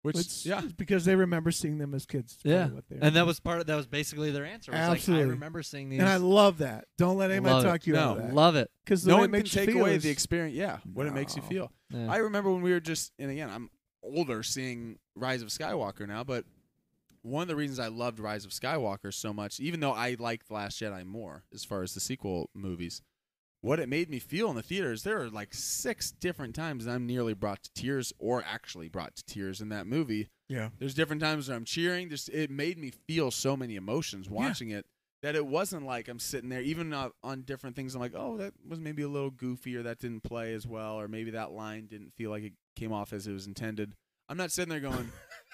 which it's, yeah it's because they remember seeing them as kids. It's probably Yeah. what they And that was part of that was basically their answer. It was Absolutely. Like, I remember seeing these. and I love that. Don't let anybody Love it. talk you out No, of that love it. because no one can take away the experience yeah what it makes you No. feel Yeah. i remember when we were just and again i'm older seeing rise of skywalker now but one of the reasons i loved rise of skywalker so much even though i liked The last jedi more as far as the sequel movies what it made me feel in the theaters there are like six different times i'm nearly brought to tears or actually brought to tears in that movie Yeah. there's different times where I'm cheering. There's, it made me feel so many emotions watching it that it wasn't like I'm sitting there, even uh, on different things. I'm like, oh, that was maybe a little goofy, or that didn't play as well, or maybe that line didn't feel like it came off as it was intended. I'm not sitting there going, [laughs]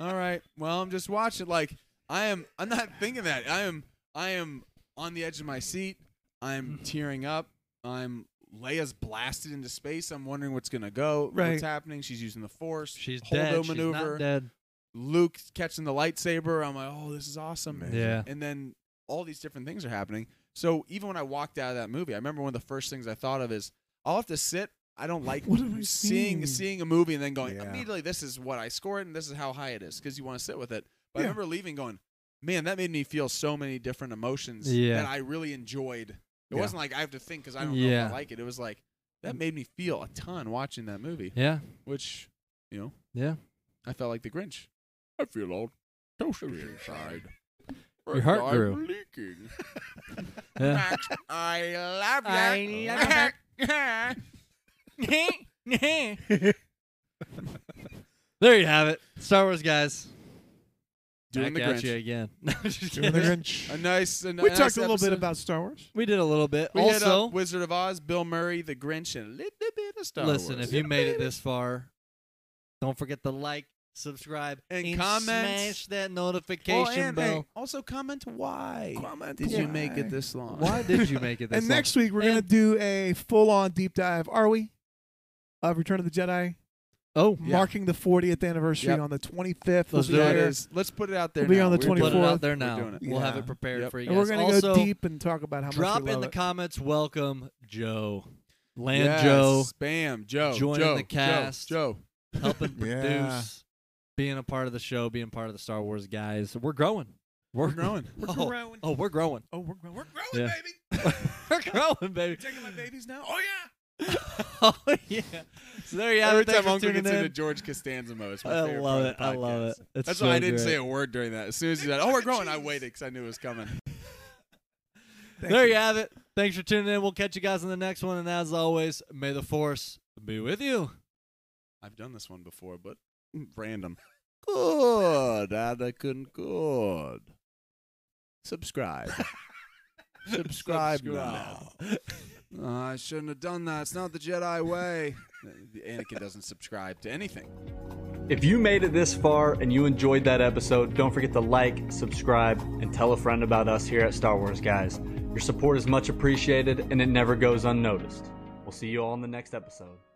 all right, well, I'm just watching. Like I am, I'm not thinking Mm-hmm. that. I am, I am on the edge of my seat. I'm tearing up. I'm Leia's blasted into space. I'm wondering what's gonna go. Right. What's happening? She's using the Force. She's Holdo dead. She's maneuver. not dead. Luke catching the lightsaber. I'm like, oh, this is awesome. Amazing. Yeah. And then all these different things are happening. So even when I walked out of that movie, I remember one of the first things I thought of is I'll have to sit. I don't like What have I seeing seen? seeing a movie and then going Yeah. immediately. This is what I scored and this is how high it is because you want to sit with it. But Yeah. I remember leaving going, man, that made me feel so many different emotions Yeah. that I really enjoyed. It Yeah. wasn't like I have to think because I don't know Yeah. if I like it. It was like that made me feel a ton watching that movie, Yeah. which you know Yeah. I felt like the Grinch. I feel all toasted inside. Your heart I'm grew. leaking. Yeah. Max, I love [laughs] I that. There you have it. Star Wars guys. Doing Back the at Grinch. you again. [laughs] No, I'm just Doing the kidding. Grinch. A nice. A we nice talked a little bit episode. about Star Wars. We did a little bit. We hit also, up Wizard of Oz, Bill Murray, The Grinch, and a little bit of Star listen, Wars. if you made it this far, don't forget to like, subscribe, And comment. smash that Oh, notification and, bell. hey, also comment why. Comment did you make why. it this long? Why did you make it this And long? next week we're gonna And- do a full-on deep dive. Are we? Of Return of the Jedi, Oh, Yeah. marking the 40th anniversary Yep. on the 25th. Let's We'll be do it. There there. it is. Let's put it out there. We'll be now. on the We're doing put it 24th. out there We're now. doing it. We'll have Yeah. it prepared Yep. for you And guys. we're gonna also, go deep and talk about how much drop we love in the it. comments. Welcome Joe, Land Yes, Joe, Spam. Joe. joining Joe, the cast. Joe. Joe. [laughs] helping Yeah. produce, being a part of the show, being part of the Star Wars guys. We're growing. We're growing. We're oh, growing. Oh, we're growing. [laughs] Oh, we're, we're Yeah. growing, baby. [laughs] we're growing, baby. Taking my babies now. Oh yeah. [laughs] oh yeah. So [laughs] there you have Every it. Thanks time for Uncle tuning gets into in. George Costanza mode, it's my I favorite love part it. of the I love it. podcast. It's That's so why I didn't great. say a word during that. As soon as he said, "Oh, we're growing," I waited because I knew it was coming. There you have it. Thanks for tuning in. We'll catch you guys in the next one. And as always, may the force be with you. I've done this one before, but mm, random. [laughs] Good, Anakin. Good. [laughs] Subscribe. Subscribe now. Uh, I shouldn't have done that. It's not the Jedi [laughs] way. The Anakin doesn't subscribe to anything. If you made it this far and you enjoyed that episode, don't forget to like, subscribe, and tell a friend about us here at Star Wars Guys. Your support is much appreciated and it never goes unnoticed. We'll see you all in the next episode.